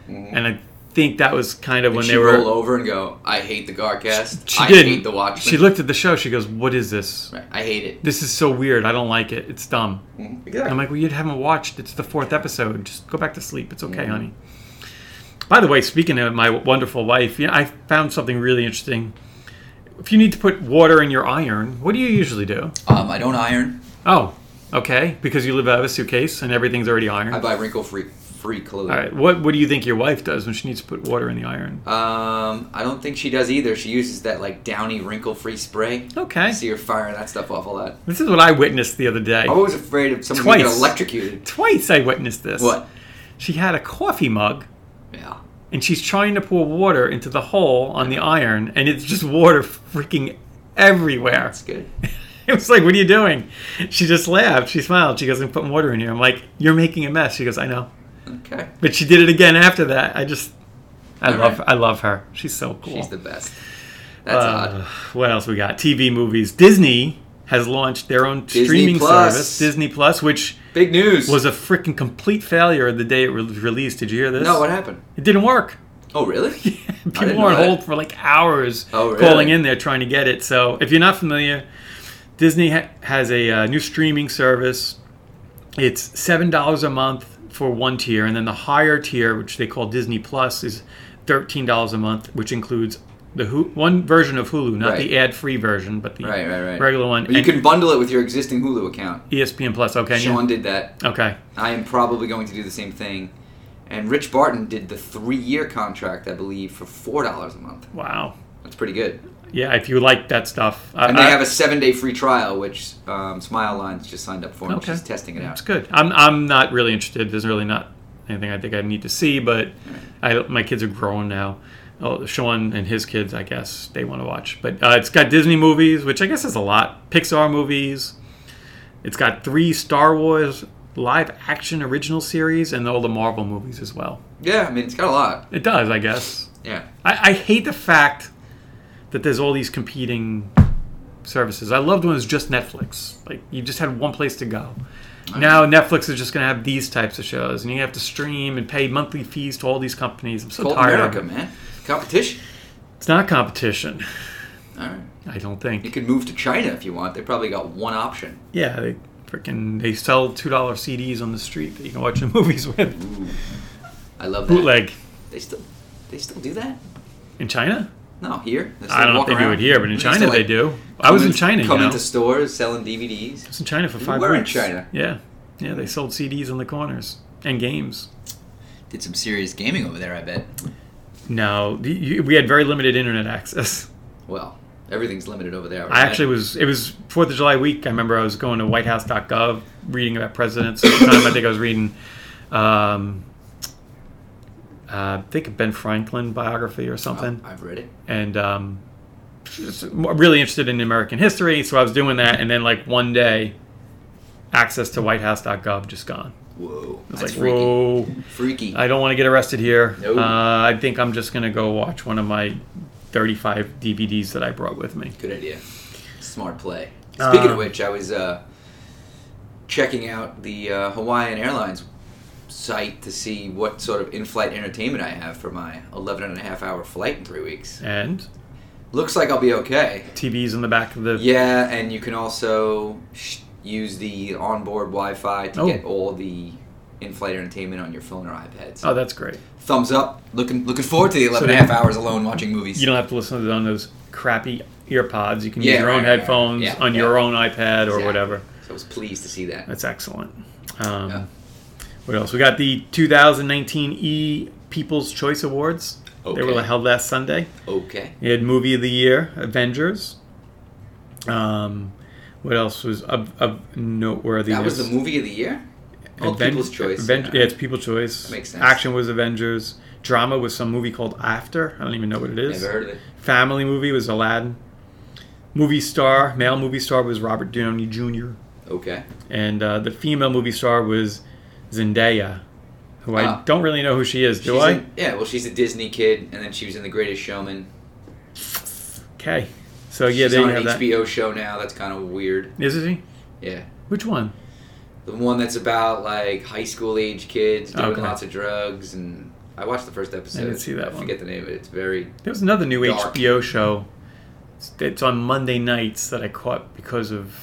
Speaker 2: and I think that was kind of when
Speaker 3: when
Speaker 2: they
Speaker 3: Mm. she
Speaker 2: were.
Speaker 3: roll over and go, "I hate the Garcast.
Speaker 2: She
Speaker 3: I
Speaker 2: didn't.
Speaker 3: hate the Watchmen.
Speaker 2: She looked at the show. She goes, "What is this?
Speaker 3: Right, I hate it."
Speaker 2: This is so weird. I don't like it. It's dumb."
Speaker 3: Exactly.
Speaker 2: I'm like, well, you haven't watched. It's the fourth episode. Just go back to sleep. It's okay, honey. By the way, speaking of my wonderful wife, you know, I found something really interesting. If you need to put water in your iron, what do you usually do?
Speaker 3: um, I don't iron.
Speaker 2: Oh, okay, because you live out of a suitcase and everything's already ironed.
Speaker 3: I buy wrinkle free free clothing.
Speaker 2: All right, what what do you think your wife does when she needs to put water in the iron?
Speaker 3: Um, I don't think she does either. She uses that like downy wrinkle free spray.
Speaker 2: Okay,
Speaker 3: I see her firing that stuff off a lot.
Speaker 2: this is what I witnessed the other day.
Speaker 3: I was afraid of someone gonna get
Speaker 2: Twice.
Speaker 3: electrocuted.
Speaker 2: Twice I witnessed this.
Speaker 3: What?
Speaker 2: She had a coffee mug
Speaker 3: Yeah.
Speaker 2: and she's trying to pour water into the hole on the iron, and it's just water freaking everywhere.
Speaker 3: That's good.
Speaker 2: It was like, "What are you doing?" She just laughed. She smiled. She goes, "I'm putting water in here." I'm like, "You're making a mess." She goes, "I know,"
Speaker 3: Okay.
Speaker 2: but she did it again after that. I just, I
Speaker 3: All
Speaker 2: love,
Speaker 3: right.
Speaker 2: I love her. She's so cool.
Speaker 3: She's the best. That's
Speaker 2: Uh,
Speaker 3: odd.
Speaker 2: what else we got? TV movies. Disney has launched their own
Speaker 3: Disney
Speaker 2: streaming
Speaker 3: Plus.
Speaker 2: service, Disney Plus, which
Speaker 3: Big news.
Speaker 2: was a freaking complete failure the day it was released. Did you hear this?
Speaker 3: no, what happened?
Speaker 2: it didn't work.
Speaker 3: Oh, really?
Speaker 2: People
Speaker 3: didn't
Speaker 2: were on
Speaker 3: know that.
Speaker 2: hold for like hours
Speaker 3: Oh, really?
Speaker 2: calling in there trying to get it. So if you're not familiar, Disney ha- has a uh, new streaming service. It's $7 a month for one tier, and then the higher tier, which they call Disney Plus, is $13 a month, which includes the Hu- one version of Hulu, not the
Speaker 3: Right.
Speaker 2: ad free version, but the
Speaker 3: Right, right, right.
Speaker 2: regular one.
Speaker 3: But you
Speaker 2: and E
Speaker 3: can bundle it with your existing Hulu account.
Speaker 2: ESPN Plus, okay. yeah.
Speaker 3: Sean did that.
Speaker 2: Okay.
Speaker 3: I am probably going to do the same thing. And Rich Barton did the three-year contract, I believe, for four dollars a month.
Speaker 2: Wow.
Speaker 3: That's pretty good.
Speaker 2: Yeah, if you like that stuff, I,
Speaker 3: And they
Speaker 2: I-
Speaker 3: have a seven day free trial, which um, Smile Lines just signed up for. And
Speaker 2: Okay.
Speaker 3: She's testing it
Speaker 2: It's
Speaker 3: out.
Speaker 2: good. I'm I'm not really interested. There's really not anything I think I need to see, but I my kids are grown now. Oh, Sean and his kids, I guess they want to watch. But uh, it's got Disney movies, which I guess is a lot. Pixar movies. It's got three Star Wars live action original series and all the Marvel movies as well.
Speaker 3: Yeah, I mean, it's got a lot.
Speaker 2: It does, I guess.
Speaker 3: Yeah.
Speaker 2: I, I hate the fact that there's all these competing services. I loved when it was just Netflix. Like you just had one place to go. Now Netflix is just going to have these types of shows, and you have to stream and pay monthly fees to all these companies. I'm so
Speaker 3: Cold
Speaker 2: tired.
Speaker 3: America,
Speaker 2: of it.
Speaker 3: man. Competition.
Speaker 2: It's not competition.
Speaker 3: All right.
Speaker 2: I don't
Speaker 3: You
Speaker 2: think.
Speaker 3: could move to China if you want. They probably got one option.
Speaker 2: Yeah, they freaking they sell two dollar CDs on the street that you can watch the movies with
Speaker 3: I love that.
Speaker 2: bootleg
Speaker 3: They still, they still do that?
Speaker 2: in China.
Speaker 3: No, here. They still
Speaker 2: I don't
Speaker 3: walk
Speaker 2: think they do
Speaker 3: around.
Speaker 2: it here, but in
Speaker 3: They still,
Speaker 2: China they
Speaker 3: like,
Speaker 2: do. I was
Speaker 3: come
Speaker 2: in China. You
Speaker 3: Come
Speaker 2: know.
Speaker 3: into stores selling DVDs.
Speaker 2: was in China for five
Speaker 3: were in
Speaker 2: weeks.
Speaker 3: China.
Speaker 2: Yeah, yeah. They sold CDs on the corners and games.
Speaker 3: Did some serious gaming over there, I bet.
Speaker 2: No, the- you- we had very limited internet access.
Speaker 3: Well, everything's limited over there.
Speaker 2: I actually was. It was Fourth of July week. I remember I was going to WhiteHouse.gov, reading about presidents. At the time, I think I was reading, um, uh, I think a Ben Franklin biography or something,
Speaker 3: Oh, I've read it.
Speaker 2: and um, just more- really interested in American history. So I was doing that, and then like one day, access to WhiteHouse.gov just gone.
Speaker 3: Whoa.
Speaker 2: It's
Speaker 3: That's
Speaker 2: like
Speaker 3: freaky.
Speaker 2: whoa.
Speaker 3: Freaky.
Speaker 2: I don't want to get arrested here.
Speaker 3: No.
Speaker 2: Uh, I think I'm just gonna go watch one of my 35 DVDs that I brought with me.
Speaker 3: Good idea. Smart play. Speaking
Speaker 2: Um,
Speaker 3: of which, I was uh, checking out the uh, Hawaiian Airlines site to see what sort of in-flight entertainment I have for my 11 and a half hour flight in three weeks.
Speaker 2: And
Speaker 3: Looks like I'll be okay.
Speaker 2: TVs in the back of the.
Speaker 3: Yeah, and you can also sh- use the onboard Wi-Fi to
Speaker 2: Oh.
Speaker 3: get all the in-flight entertainment on your phone or iPad. So
Speaker 2: Oh, that's great.
Speaker 3: thumbs up. Looking looking forward to the 11 and a
Speaker 2: they-
Speaker 3: half hours alone watching movies.
Speaker 2: You don't have to listen to on those crappy ear pods. You can
Speaker 3: Yeah,
Speaker 2: use your
Speaker 3: right,
Speaker 2: own
Speaker 3: right, right.
Speaker 2: headphones
Speaker 3: Yeah,
Speaker 2: on
Speaker 3: yeah.
Speaker 2: your own iPad or
Speaker 3: Exactly.
Speaker 2: whatever.
Speaker 3: So I was pleased to see that.
Speaker 2: That's excellent. Um,
Speaker 3: Yeah.
Speaker 2: What else? We got the 2019 E People's Choice Awards. They were
Speaker 3: Okay.
Speaker 2: held last Sunday.
Speaker 3: Okay.
Speaker 2: We had movie of the year, Avengers. Um, what else was of, of noteworthy?
Speaker 3: That was the movie of the year. Oh,
Speaker 2: Aven-
Speaker 3: People's Choice.
Speaker 2: Aven- yeah, it's People's Choice.
Speaker 3: That makes sense.
Speaker 2: Action was Avengers. Drama was some movie called After. I don't even know what it is.
Speaker 3: Never heard of it.
Speaker 2: Family movie was Aladdin. Movie star, male movie star was Robert Downey Jr.
Speaker 3: Okay.
Speaker 2: And uh, the female movie star was Zendaya, who
Speaker 3: Ah.
Speaker 2: I don't really know who she is. Do
Speaker 3: She's
Speaker 2: I?
Speaker 3: in- yeah. Well, she's a Disney kid, and then she was in The Greatest Showman.
Speaker 2: Okay. So Oh, yeah,
Speaker 3: she's
Speaker 2: there
Speaker 3: on
Speaker 2: you have
Speaker 3: an
Speaker 2: that.
Speaker 3: HBO show now. That's kind of weird.
Speaker 2: Is it she?
Speaker 3: Yeah.
Speaker 2: Which one?
Speaker 3: The one that's about like high school age kids doing
Speaker 2: Okay.
Speaker 3: lots of drugs, and I watched the first episode.
Speaker 2: see that
Speaker 3: I forget the name of it. It's very
Speaker 2: There was another new
Speaker 3: Dark.
Speaker 2: HBO show. It's- It's on Monday nights that I caught because of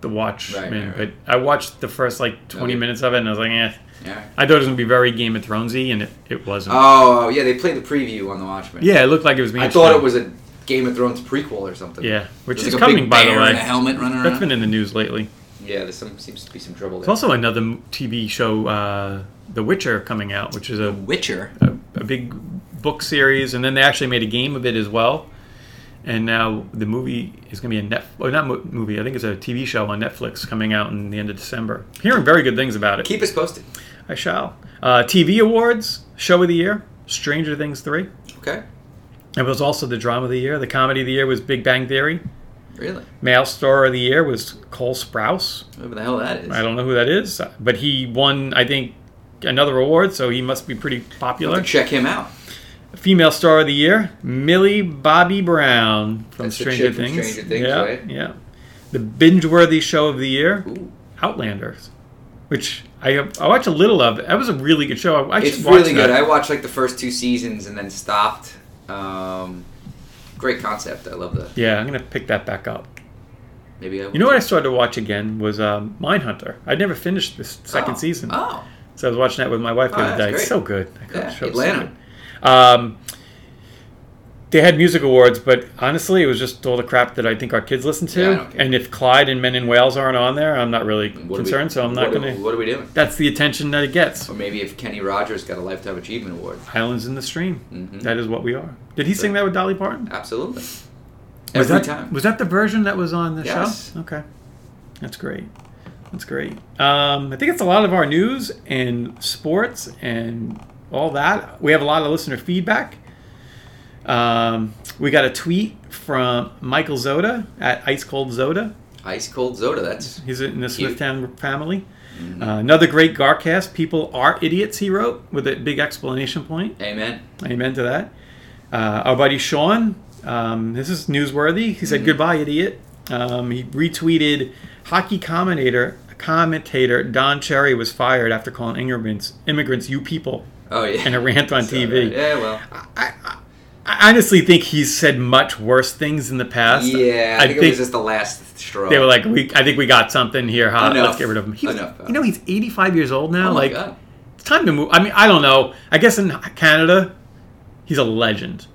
Speaker 2: The Watchmen.
Speaker 3: Right, right, right.
Speaker 2: But I watched the first like 20
Speaker 3: Okay.
Speaker 2: minutes of it and I was like, eh.
Speaker 3: yeah.
Speaker 2: I thought it was going to be very Game of Thronesy, and it, it wasn't.
Speaker 3: Oh yeah, they played the preview on The Watchmen.
Speaker 2: yeah, it looked like it was being.
Speaker 3: I thought
Speaker 2: shown.
Speaker 3: it was a Game of Thrones prequel or something.
Speaker 2: Yeah, which is
Speaker 3: There's, like, a big
Speaker 2: coming by the
Speaker 3: bear
Speaker 2: way.
Speaker 3: and a helmet running
Speaker 2: That's
Speaker 3: around.
Speaker 2: been in the news lately.
Speaker 3: Yeah, there's some seems to be some trouble
Speaker 2: There's
Speaker 3: there.
Speaker 2: also another m- TV show, uh, The Witcher, coming out, which is a
Speaker 3: Witcher.
Speaker 2: a, a big book series, and then they actually made a game of it as well. And now the movie is going to be a net, or not mo- movie. I think it's a TV show on Netflix coming out in the end of December. Hearing very good things about it.
Speaker 3: Keep us posted.
Speaker 2: I shall. Uh, TV awards, show of the year, Stranger Things three.
Speaker 3: Okay.
Speaker 2: It was also the drama of the year. The comedy of the year was Big Bang Theory.
Speaker 3: Really?
Speaker 2: Male star of the year was Cole Sprouse.
Speaker 3: Whatever the hell that is.
Speaker 2: I don't know who that is, but he won, I think, another award, so he must be pretty popular.
Speaker 3: But check him out.
Speaker 2: Female Star of the Year, Millie Bobby Brown from
Speaker 3: That's the
Speaker 2: Stranger
Speaker 3: chick from
Speaker 2: Things.
Speaker 3: Stranger Things,
Speaker 2: yeah,
Speaker 3: right?
Speaker 2: yeah. The binge-worthy show of the year,
Speaker 3: Ooh.
Speaker 2: Outlanders, which I I watched a little of. That was a really good show. I, I
Speaker 3: It's
Speaker 2: should watch
Speaker 3: really good. I
Speaker 2: that.
Speaker 3: watched like the first two seasons and then stopped. Um, great concept. I love the.
Speaker 2: yeah, I'm gonna pick that back up.
Speaker 3: Maybe I.
Speaker 2: You know what I started to watch again was um, Mindhunter. I'd never finished this second
Speaker 3: Oh.
Speaker 2: season,
Speaker 3: Oh.
Speaker 2: so I was watching that with my wife the
Speaker 3: Oh,
Speaker 2: other
Speaker 3: that's
Speaker 2: day. It's
Speaker 3: great.
Speaker 2: so good. That
Speaker 3: Yeah,
Speaker 2: show's so
Speaker 3: Atlanta.
Speaker 2: good. Um, they had music awards, but honestly, it was just all the crap that I think our kids listen to.
Speaker 3: Yeah, I don't care.
Speaker 2: and if Clyde and Men in Wales aren't on there, I'm not really
Speaker 3: What are we-
Speaker 2: concerned. so I'm not
Speaker 3: what are-
Speaker 2: going to.
Speaker 3: What are we doing?
Speaker 2: That's the attention that it gets.
Speaker 3: Or maybe if Kenny Rogers got a Lifetime Achievement Award.
Speaker 2: Islands in the Stream.
Speaker 3: Mhm.
Speaker 2: That is what we are. Did he sing that with Dolly Parton?
Speaker 3: Absolutely.
Speaker 2: Was
Speaker 3: every
Speaker 2: that
Speaker 3: time.
Speaker 2: was that the version that was on the
Speaker 3: Yes.
Speaker 2: show? Okay, that's great. That's great. Um, I think it's a lot of our news and sports and all that. We have a lot of listener feedback. Um, we got a tweet from Michael Zoda at Ice Cold Zoda.
Speaker 3: Ice cold Zoda. That's
Speaker 2: He's in the
Speaker 3: Cute. Mm-hmm.
Speaker 2: Smithtown family. Uh, another great Garcast. People are idiots. He wrote with a big explanation point.
Speaker 3: amen.
Speaker 2: Amen to that. Uh, our buddy Sean, um, this is newsworthy. He
Speaker 3: Mm-hmm.
Speaker 2: said, "Goodbye, idiot." Um, he retweeted hockey commentator commentator Don Cherry was fired after calling immigrants immigrants you people.
Speaker 3: Oh yeah.
Speaker 2: And a rant on
Speaker 3: So,
Speaker 2: TV.
Speaker 3: Yeah. Well.
Speaker 2: I honestly think he's said much worse things in the past.
Speaker 3: Yeah. I, think, it was just the last straw.
Speaker 2: they were like, "We, I think we got something here. Huh? Let's
Speaker 3: Enough.
Speaker 2: get rid of him." He's-
Speaker 3: Enough. uh,
Speaker 2: You know, he's 85 years old now.
Speaker 3: Oh my
Speaker 2: like,
Speaker 3: God.
Speaker 2: it's time to move. I mean, I don't know. I guess in Canada, he's a legend,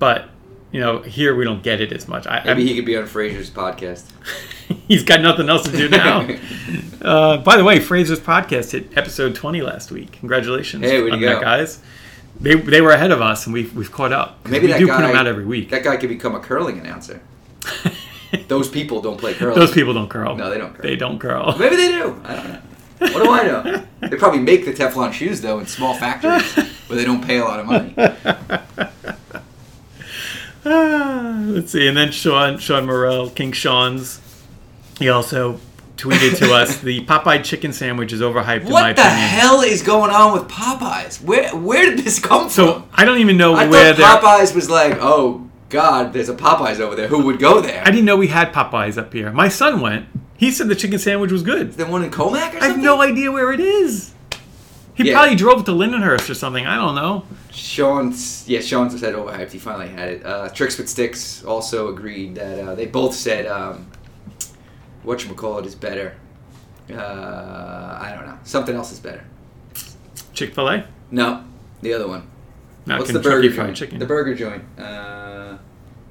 Speaker 2: but you know, here we don't get it as much. I, I
Speaker 3: Maybe he could be on Fraser's podcast.
Speaker 2: he's got nothing else to do now. uh, by the way, Fraser's podcast hit episode 20 last week. Congratulations
Speaker 3: Hey, way to
Speaker 2: on that,
Speaker 3: go.
Speaker 2: guys. They, they were ahead of us, and we've, we've caught up. 'Cause
Speaker 3: Maybe
Speaker 2: we
Speaker 3: that
Speaker 2: do
Speaker 3: guy,
Speaker 2: put them out every week.
Speaker 3: That guy could become a curling announcer. Those people don't play curling.
Speaker 2: Those people don't curl.
Speaker 3: No, they don't curl.
Speaker 2: They don't curl.
Speaker 3: Maybe they do. I don't know. What do I know? they probably make the Teflon shoes though in small factories where they don't pay a lot of money.
Speaker 2: Ah, let's see. And then Sean Sean Morrell, King Sean's, he also tweeted to us the Popeye chicken sandwich is overhyped in my
Speaker 3: What the
Speaker 2: opinion.
Speaker 3: hell is going on with Popeyes? Where where did this come
Speaker 2: So
Speaker 3: from?
Speaker 2: I don't even know
Speaker 3: I
Speaker 2: where
Speaker 3: thought
Speaker 2: they're.
Speaker 3: Popeyes was like, oh God, there's a Popeyes over there. Who would go there?
Speaker 2: I didn't know we had Popeyes up here. My son went. He said the chicken sandwich was good.
Speaker 3: the one in Comac or something?
Speaker 2: I have no idea where it is. He
Speaker 3: Yeah.
Speaker 2: probably drove to Lindenhurst or something. I don't know.
Speaker 3: Sean's yeah, Sean's said overhyped. He finally had it. Uh, Tricks with Sticks also agreed that uh, they both said um, whatchamacallit is better. Uh, I don't know. Something else is better.
Speaker 2: Chick Fil A.
Speaker 3: No, the other one.
Speaker 2: Not Kentucky
Speaker 3: What's the burger
Speaker 2: Fried
Speaker 3: joint?
Speaker 2: Chicken.
Speaker 3: The burger joint uh,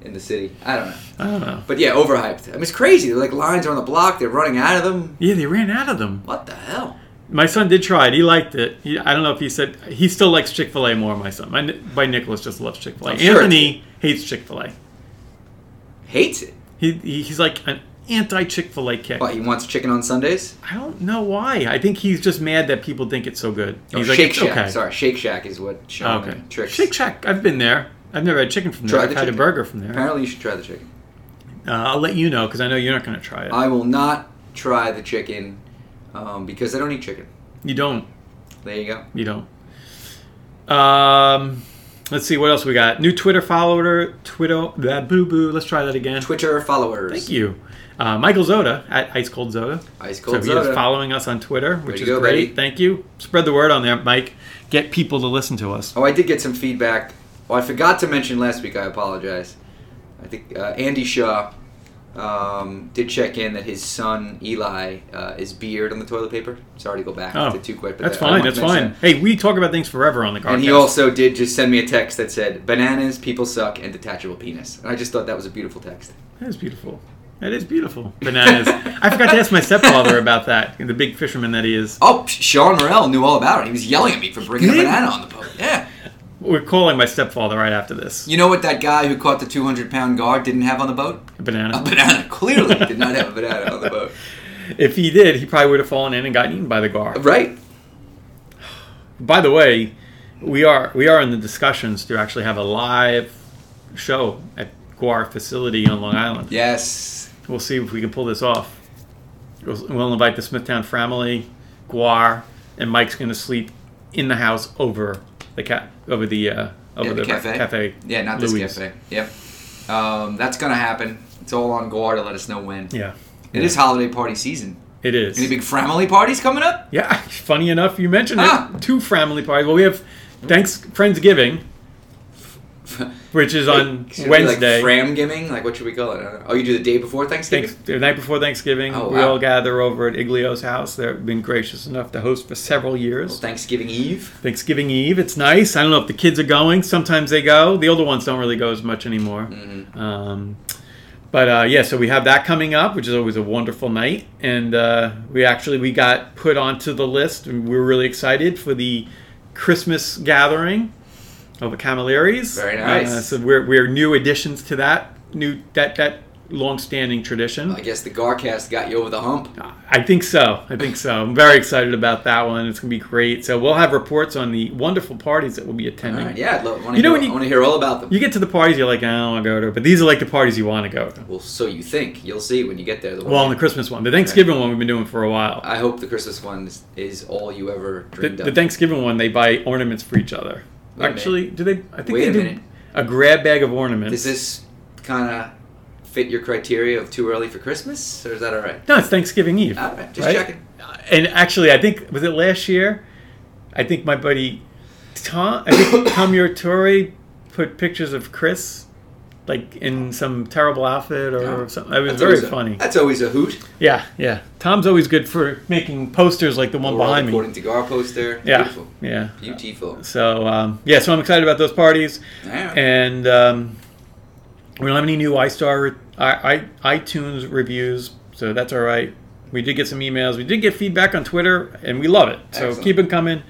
Speaker 3: in the city. I don't know.
Speaker 2: I don't know.
Speaker 3: But yeah, overhyped. I mean, it's crazy. They're like lines are on the block. They're running out of them.
Speaker 2: Yeah, they ran out of them.
Speaker 3: What the hell?
Speaker 2: My son did try it. He liked it. He, I don't know if he said he still likes Chick Fil A more. My son, my, Ni- my Nicholas just loves Chick Fil A.
Speaker 3: I'm Oh, sure
Speaker 2: Anthony hates Chick Fil A.
Speaker 3: Hates it.
Speaker 2: He, he he's like an anti Chick Fil A kick.
Speaker 3: What, he wants chicken on Sundays?
Speaker 2: I don't know why. I think he's just mad that people think it's so good.
Speaker 3: Or
Speaker 2: He's like,
Speaker 3: Oh, Shake
Speaker 2: "It's
Speaker 3: Shack.
Speaker 2: okay. Oh,
Speaker 3: Sorry, Shake Shack is what Sean
Speaker 2: Okay.
Speaker 3: and Tricks.
Speaker 2: Shake Shack. I've been there. I've never had chicken from there.
Speaker 3: Try
Speaker 2: I've
Speaker 3: the
Speaker 2: had
Speaker 3: chicken.
Speaker 2: a burger from there. Uh,
Speaker 3: Apparently, you should try the chicken.
Speaker 2: I'll let you know because I know you're not going to try it.
Speaker 3: I will not try the chicken um, because I don't eat chicken.
Speaker 2: you don't.
Speaker 3: There you go.
Speaker 2: You don't. Um, let's see what else we got. New Twitter follower. Twitter. That boo boo. Let's try that again.
Speaker 3: Twitter followers.
Speaker 2: Thank you. Uh, Michael Zoda at Ice Cold Zoda.
Speaker 3: Ice Cold
Speaker 2: So he
Speaker 3: Zoda.
Speaker 2: is following us on Twitter, which
Speaker 3: to
Speaker 2: is
Speaker 3: go,
Speaker 2: great.
Speaker 3: buddy.
Speaker 2: Thank you. Spread the word on there, Mike. Get people to listen to us.
Speaker 3: Oh, I did get some feedback. Oh, I forgot to mention last week. I apologize. I think uh, Andy Shaw um, did check in that his son Eli uh, is beard on the toilet paper. Sorry to go back
Speaker 2: Oh,
Speaker 3: to too quick, but
Speaker 2: that's
Speaker 3: that- I
Speaker 2: fine.
Speaker 3: wanted
Speaker 2: That's
Speaker 3: to mention
Speaker 2: fine. Hey, we talk about things forever on the
Speaker 3: that.
Speaker 2: car.
Speaker 3: And he also did just send me a text that said "bananas, people suck, and detachable penis." And I just thought that was a beautiful text.
Speaker 2: That is beautiful. That is beautiful. Bananas. I forgot to ask my stepfather about that, the big fisherman that he is.
Speaker 3: Oh, Sean Morrell knew all about it. He was yelling at me for bringing a
Speaker 2: Did?
Speaker 3: banana on the boat. Yeah.
Speaker 2: We're calling my stepfather right after this.
Speaker 3: You know what that guy who caught the 200 pound guard didn't have on the boat?
Speaker 2: Banana.
Speaker 3: A banana. Clearly did not have a banana on the boat.
Speaker 2: If he did, he probably would have fallen in and gotten eaten by the gar.
Speaker 3: Right.
Speaker 2: By the way, we are we are in the discussions to actually have a live show at Guar facility on Long Island.
Speaker 3: Yes.
Speaker 2: We'll see if we can pull this off. We'll, we'll invite the Smithtown family, Guar, and Mike's going to sleep in the house over the cat over the uh, over
Speaker 3: Yeah, the cafe. Yeah, not this
Speaker 2: Louise.
Speaker 3: cafe. Yep. Um, that's going to happen. It's all on guard to let us know when.
Speaker 2: Yeah,
Speaker 3: It is holiday party season.
Speaker 2: it is.
Speaker 3: Any big family parties coming up?
Speaker 2: Yeah, funny enough, you mentioned
Speaker 3: Ah.
Speaker 2: it. Two family parties. Well, we have Thanks Friendsgiving, which is on
Speaker 3: Should it be
Speaker 2: Wednesday.
Speaker 3: Like fram gimming? Like what should we call it? I don't know. Oh, you do the day before Thanksgiving?
Speaker 2: Thanks, the night before Thanksgiving,
Speaker 3: Oh,
Speaker 2: we
Speaker 3: wow.
Speaker 2: all gather over at Iglio's house. They've been gracious enough to host for several years.
Speaker 3: Thanksgiving Eve?
Speaker 2: Thanksgiving Eve, it's nice. I don't know if the kids are going. Sometimes they go. The older ones don't really go as much anymore.
Speaker 3: Mm-hmm.
Speaker 2: Um, but uh, yeah, so we have that coming up, which is always a wonderful night. And uh, we actually we got put onto the list, and we are really excited for the Christmas gathering over Camilleri's.
Speaker 3: Very nice.
Speaker 2: Uh, so we're, we're new additions to that new that that long-standing tradition.
Speaker 3: I guess the Garcast got you over the hump.
Speaker 2: I think so. I think so. I'm very excited about that one. It's gonna be great. So we'll have reports on the wonderful parties that we'll be attending.
Speaker 3: All right, yeah, I'd love, wanna
Speaker 2: You know
Speaker 3: hear-
Speaker 2: when you-
Speaker 3: I want to hear all about them.
Speaker 2: You get to the parties, you're like, I don't want to go to, it. but these are like the parties you want to go to.
Speaker 3: well, so you think. You'll see when you get there. The
Speaker 2: Well,
Speaker 3: one-
Speaker 2: and the Christmas one, the Thanksgiving one, we've been doing for a while.
Speaker 3: I hope the Christmas one is, is all you ever
Speaker 2: The,
Speaker 3: dreamed
Speaker 2: the
Speaker 3: of.
Speaker 2: Thanksgiving one, they buy ornaments for each other.
Speaker 3: Wait a minute.
Speaker 2: Actually, do they? I think
Speaker 3: Wait
Speaker 2: they
Speaker 3: a
Speaker 2: do
Speaker 3: minute.
Speaker 2: a grab bag of ornaments.
Speaker 3: Does this kind of fit your criteria of too early for Christmas, or is that all right?
Speaker 2: No, it's Thanksgiving Eve.
Speaker 3: All right, just
Speaker 2: right?
Speaker 3: checking.
Speaker 2: And actually, I think was it last year? I think my buddy Tom, I think Tom Yuratori put pictures of Chris, like in some terrible outfit or
Speaker 3: Yeah.
Speaker 2: something. It was
Speaker 3: That's
Speaker 2: very
Speaker 3: always a-
Speaker 2: funny.
Speaker 3: That's always a hoot.
Speaker 2: Yeah, yeah. Tom's always good for making posters like the one
Speaker 3: We're all
Speaker 2: behind me.
Speaker 3: According to Gar poster.
Speaker 2: Yeah,
Speaker 3: Beautiful.
Speaker 2: yeah.
Speaker 3: Beautiful.
Speaker 2: So um, yeah, so I'm excited about those parties,
Speaker 3: Yeah.
Speaker 2: and um, we don't have any new iStar, I, I, iTunes reviews, so that's all right. We did get some emails. We did get feedback on Twitter, and we love it. So
Speaker 3: Excellent.
Speaker 2: keep them coming.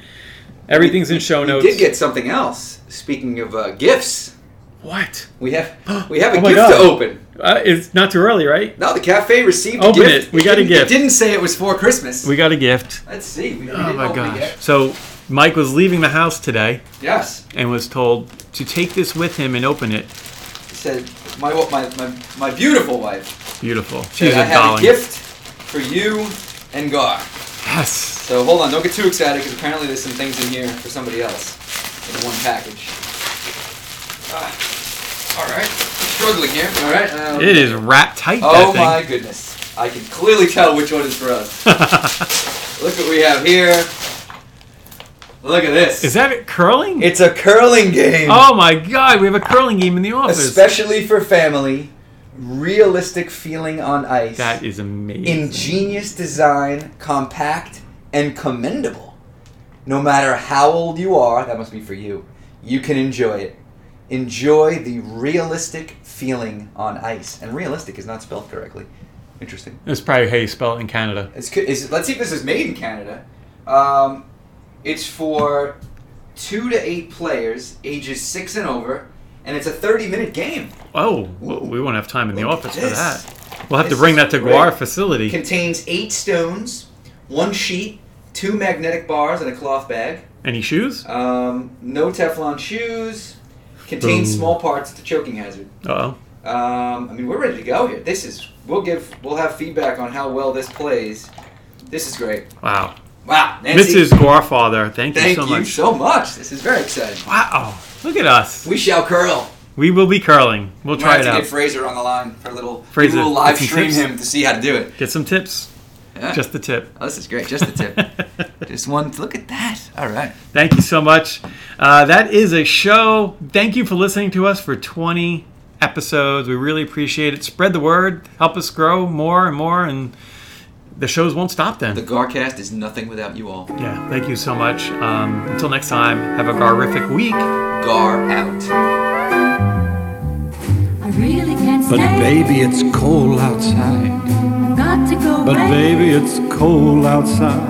Speaker 2: Everything's in show notes.
Speaker 3: We did get something else. Speaking of uh, gifts,
Speaker 2: what?
Speaker 3: we have we have a
Speaker 2: Oh my
Speaker 3: gift to
Speaker 2: God.
Speaker 3: open.
Speaker 2: Uh, it's not too early, right?
Speaker 3: Now the cafe received
Speaker 2: Open
Speaker 3: a gift.
Speaker 2: it. We got a
Speaker 3: didn't-
Speaker 2: gift.
Speaker 3: It didn't say it was for Christmas.
Speaker 2: We got a gift.
Speaker 3: Let's see. We, we
Speaker 4: Oh
Speaker 3: didn't
Speaker 4: my
Speaker 3: open it
Speaker 4: gosh.
Speaker 3: yet.
Speaker 2: So Mike was leaving the house today
Speaker 3: Yes.
Speaker 2: and was told to take this with him and open it.
Speaker 3: It said my wa- my my, my beautiful wife.
Speaker 2: Beautiful.
Speaker 3: Said,
Speaker 2: She's
Speaker 3: I
Speaker 2: a
Speaker 3: have
Speaker 2: darling.
Speaker 3: a gift for you and Gar.
Speaker 2: Yes.
Speaker 3: So hold on, don't get too excited because apparently there's some things in here for somebody else in one package. Ah, all right, struggling here. All right. Um,
Speaker 2: It is wrapped tight.
Speaker 3: Oh
Speaker 2: that thing.
Speaker 3: my goodness! I can clearly tell which one is for us. Look what we have here. Look at this.
Speaker 2: Is that it curling?
Speaker 3: It's a curling game,
Speaker 2: oh my god, we have a curling game in the office.
Speaker 3: especially for family. Realistic feeling on ice.
Speaker 2: that is amazing.
Speaker 3: ingenious design, compact, and commendable. No matter how old you are, that must be for you, you can enjoy it. Enjoy the realistic feeling on ice. And realistic is not spelled correctly. Interesting.
Speaker 2: That's probably how you spell it in Canada.
Speaker 3: It's, co- is, let's see if this is made in Canada. Um, it's for two to eight players, ages six and over, and it's a 30 minute game.
Speaker 2: Oh, well, we won't have time in the
Speaker 3: Look
Speaker 2: office
Speaker 3: at
Speaker 2: for
Speaker 3: this.
Speaker 2: that. We'll have
Speaker 3: This
Speaker 2: to bring
Speaker 3: is
Speaker 2: that to
Speaker 3: great.
Speaker 2: our facility.
Speaker 3: Contains eight stones, one sheet, two magnetic bars, and a cloth bag.
Speaker 2: Any shoes? Uh
Speaker 3: Um, no Teflon shoes. Contains
Speaker 2: Boom.
Speaker 3: small parts to choking hazard.
Speaker 2: oh.
Speaker 3: Um, I mean, we're ready to go here. This is. We'll give. We'll have feedback on how well this plays. This is great.
Speaker 2: Wow.
Speaker 3: Wow, Nancy.
Speaker 2: Mrs. Garfather, thank,
Speaker 3: Thank
Speaker 2: you so much.
Speaker 3: much. This is very exciting.
Speaker 2: wow. Look at us.
Speaker 3: We shall curl.
Speaker 2: We will be curling. We'll
Speaker 3: We're gonna
Speaker 2: try
Speaker 3: have
Speaker 2: it
Speaker 3: to
Speaker 2: out.
Speaker 3: get Fraser on the line for a little.
Speaker 2: Fraser,
Speaker 3: we will live
Speaker 2: with some
Speaker 3: stream
Speaker 2: tips?
Speaker 3: him to see how to do it.
Speaker 2: Get some tips.
Speaker 3: Yeah.
Speaker 2: Just the tip.
Speaker 3: oh, this is great. Just the tip. Just one. Look at that. All right.
Speaker 2: Thank you so much. Uh, that is a show. Thank you for listening to us for 20 episodes. We really appreciate it. Spread the word. Help us grow more and more, and the shows won't stop then.
Speaker 3: The Garcast is nothing without you all.
Speaker 2: yeah, thank you so much. Um, until next time, have a garrific week.
Speaker 3: Gar out.
Speaker 5: I really can't
Speaker 6: But
Speaker 5: stay.
Speaker 6: baby, it's cold outside.
Speaker 5: Got to go
Speaker 6: But
Speaker 5: away.
Speaker 6: baby, it's cold outside.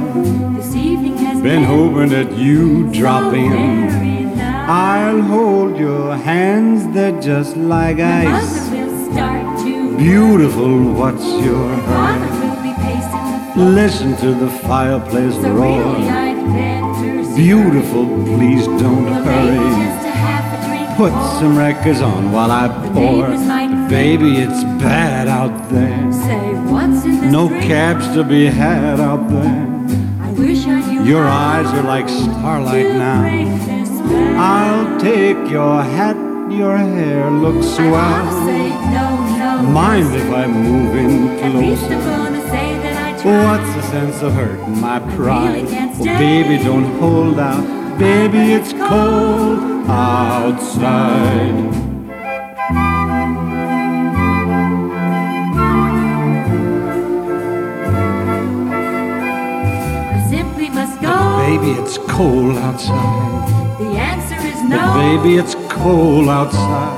Speaker 5: this evening has
Speaker 6: Been hoping that you
Speaker 5: so
Speaker 6: drop in.
Speaker 5: very nice.
Speaker 6: I'll hold your hands, they're just like
Speaker 5: Father
Speaker 6: ice.
Speaker 5: will start to.
Speaker 6: Beautiful, what's your
Speaker 5: Father
Speaker 6: hurry?
Speaker 5: will be pacing the floor.
Speaker 6: Listen to the fireplace
Speaker 5: So really,
Speaker 6: roar.
Speaker 5: I'd better start.
Speaker 6: Beautiful, please don't
Speaker 5: Well, maybe
Speaker 6: hurry.
Speaker 5: just a half a drink
Speaker 6: Put
Speaker 5: more.
Speaker 6: some records on while I pour.
Speaker 5: neighbors might-
Speaker 6: Baby, it's bad out there.
Speaker 5: Say what's in this
Speaker 6: No
Speaker 5: drink?
Speaker 6: cabs to be had out there.
Speaker 5: I wish I knew.
Speaker 6: Your
Speaker 5: how
Speaker 6: eyes are like starlight
Speaker 5: to
Speaker 6: now.
Speaker 5: break this spell.
Speaker 6: I'll take your hat, your hair looks
Speaker 5: I wanna
Speaker 6: swell.
Speaker 5: say no, no.
Speaker 6: Mind if I move in
Speaker 5: At least I'm
Speaker 6: closer?
Speaker 5: gonna say that I tried.
Speaker 6: What's the sense of hurting my pride?
Speaker 5: can't
Speaker 6: Oh,
Speaker 5: stay.
Speaker 6: baby, don't hold out. Baby, it's cold outside.
Speaker 5: I simply must go.
Speaker 6: Baby, it's cold outside.
Speaker 5: The answer is no.
Speaker 6: But baby, it's cold outside.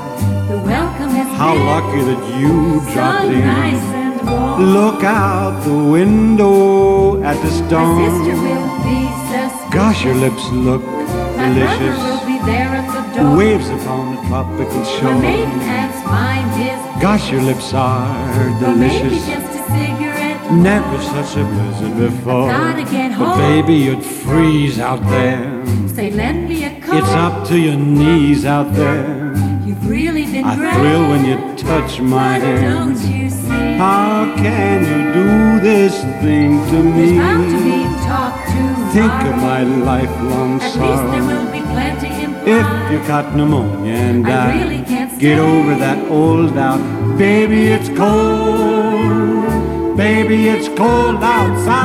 Speaker 5: the welcome has
Speaker 6: How
Speaker 5: been
Speaker 6: lucky that you
Speaker 5: so
Speaker 6: dropped in.
Speaker 5: nice and warm.
Speaker 6: Look out the window at the
Speaker 5: My
Speaker 6: storm.
Speaker 5: sister will be suspicious.
Speaker 6: Gosh, your lips look
Speaker 5: My brother
Speaker 6: delicious.
Speaker 5: will be there at the door.
Speaker 6: Waves upon the tropical
Speaker 5: My
Speaker 6: shore.
Speaker 5: maiden aunt's mind is
Speaker 6: Gosh, your lips are
Speaker 5: Or maybe
Speaker 6: delicious. Mm.
Speaker 5: just a cigarette.
Speaker 6: Never such a blizzard before.
Speaker 5: Gotta get
Speaker 6: But
Speaker 5: home.
Speaker 6: baby, you'd freeze out there.
Speaker 5: Say, lend me a coat.
Speaker 6: It's up to your knees out there.
Speaker 5: You've really been
Speaker 6: I
Speaker 5: grand.
Speaker 6: thrill when you touch my
Speaker 5: Why Don't
Speaker 6: hand.
Speaker 5: you see?
Speaker 6: How can you do this thing to
Speaker 5: There's bound to be
Speaker 6: me?
Speaker 5: talk tomorrow.
Speaker 6: Think of my lifelong
Speaker 5: At least there
Speaker 6: sorrow.
Speaker 5: will be plenty implied.
Speaker 6: If you got pneumonia and
Speaker 5: I
Speaker 6: die,
Speaker 5: really can't
Speaker 6: get
Speaker 5: stay.
Speaker 6: over that old doubt. Baby, it's cold. Baby, it's cold outside.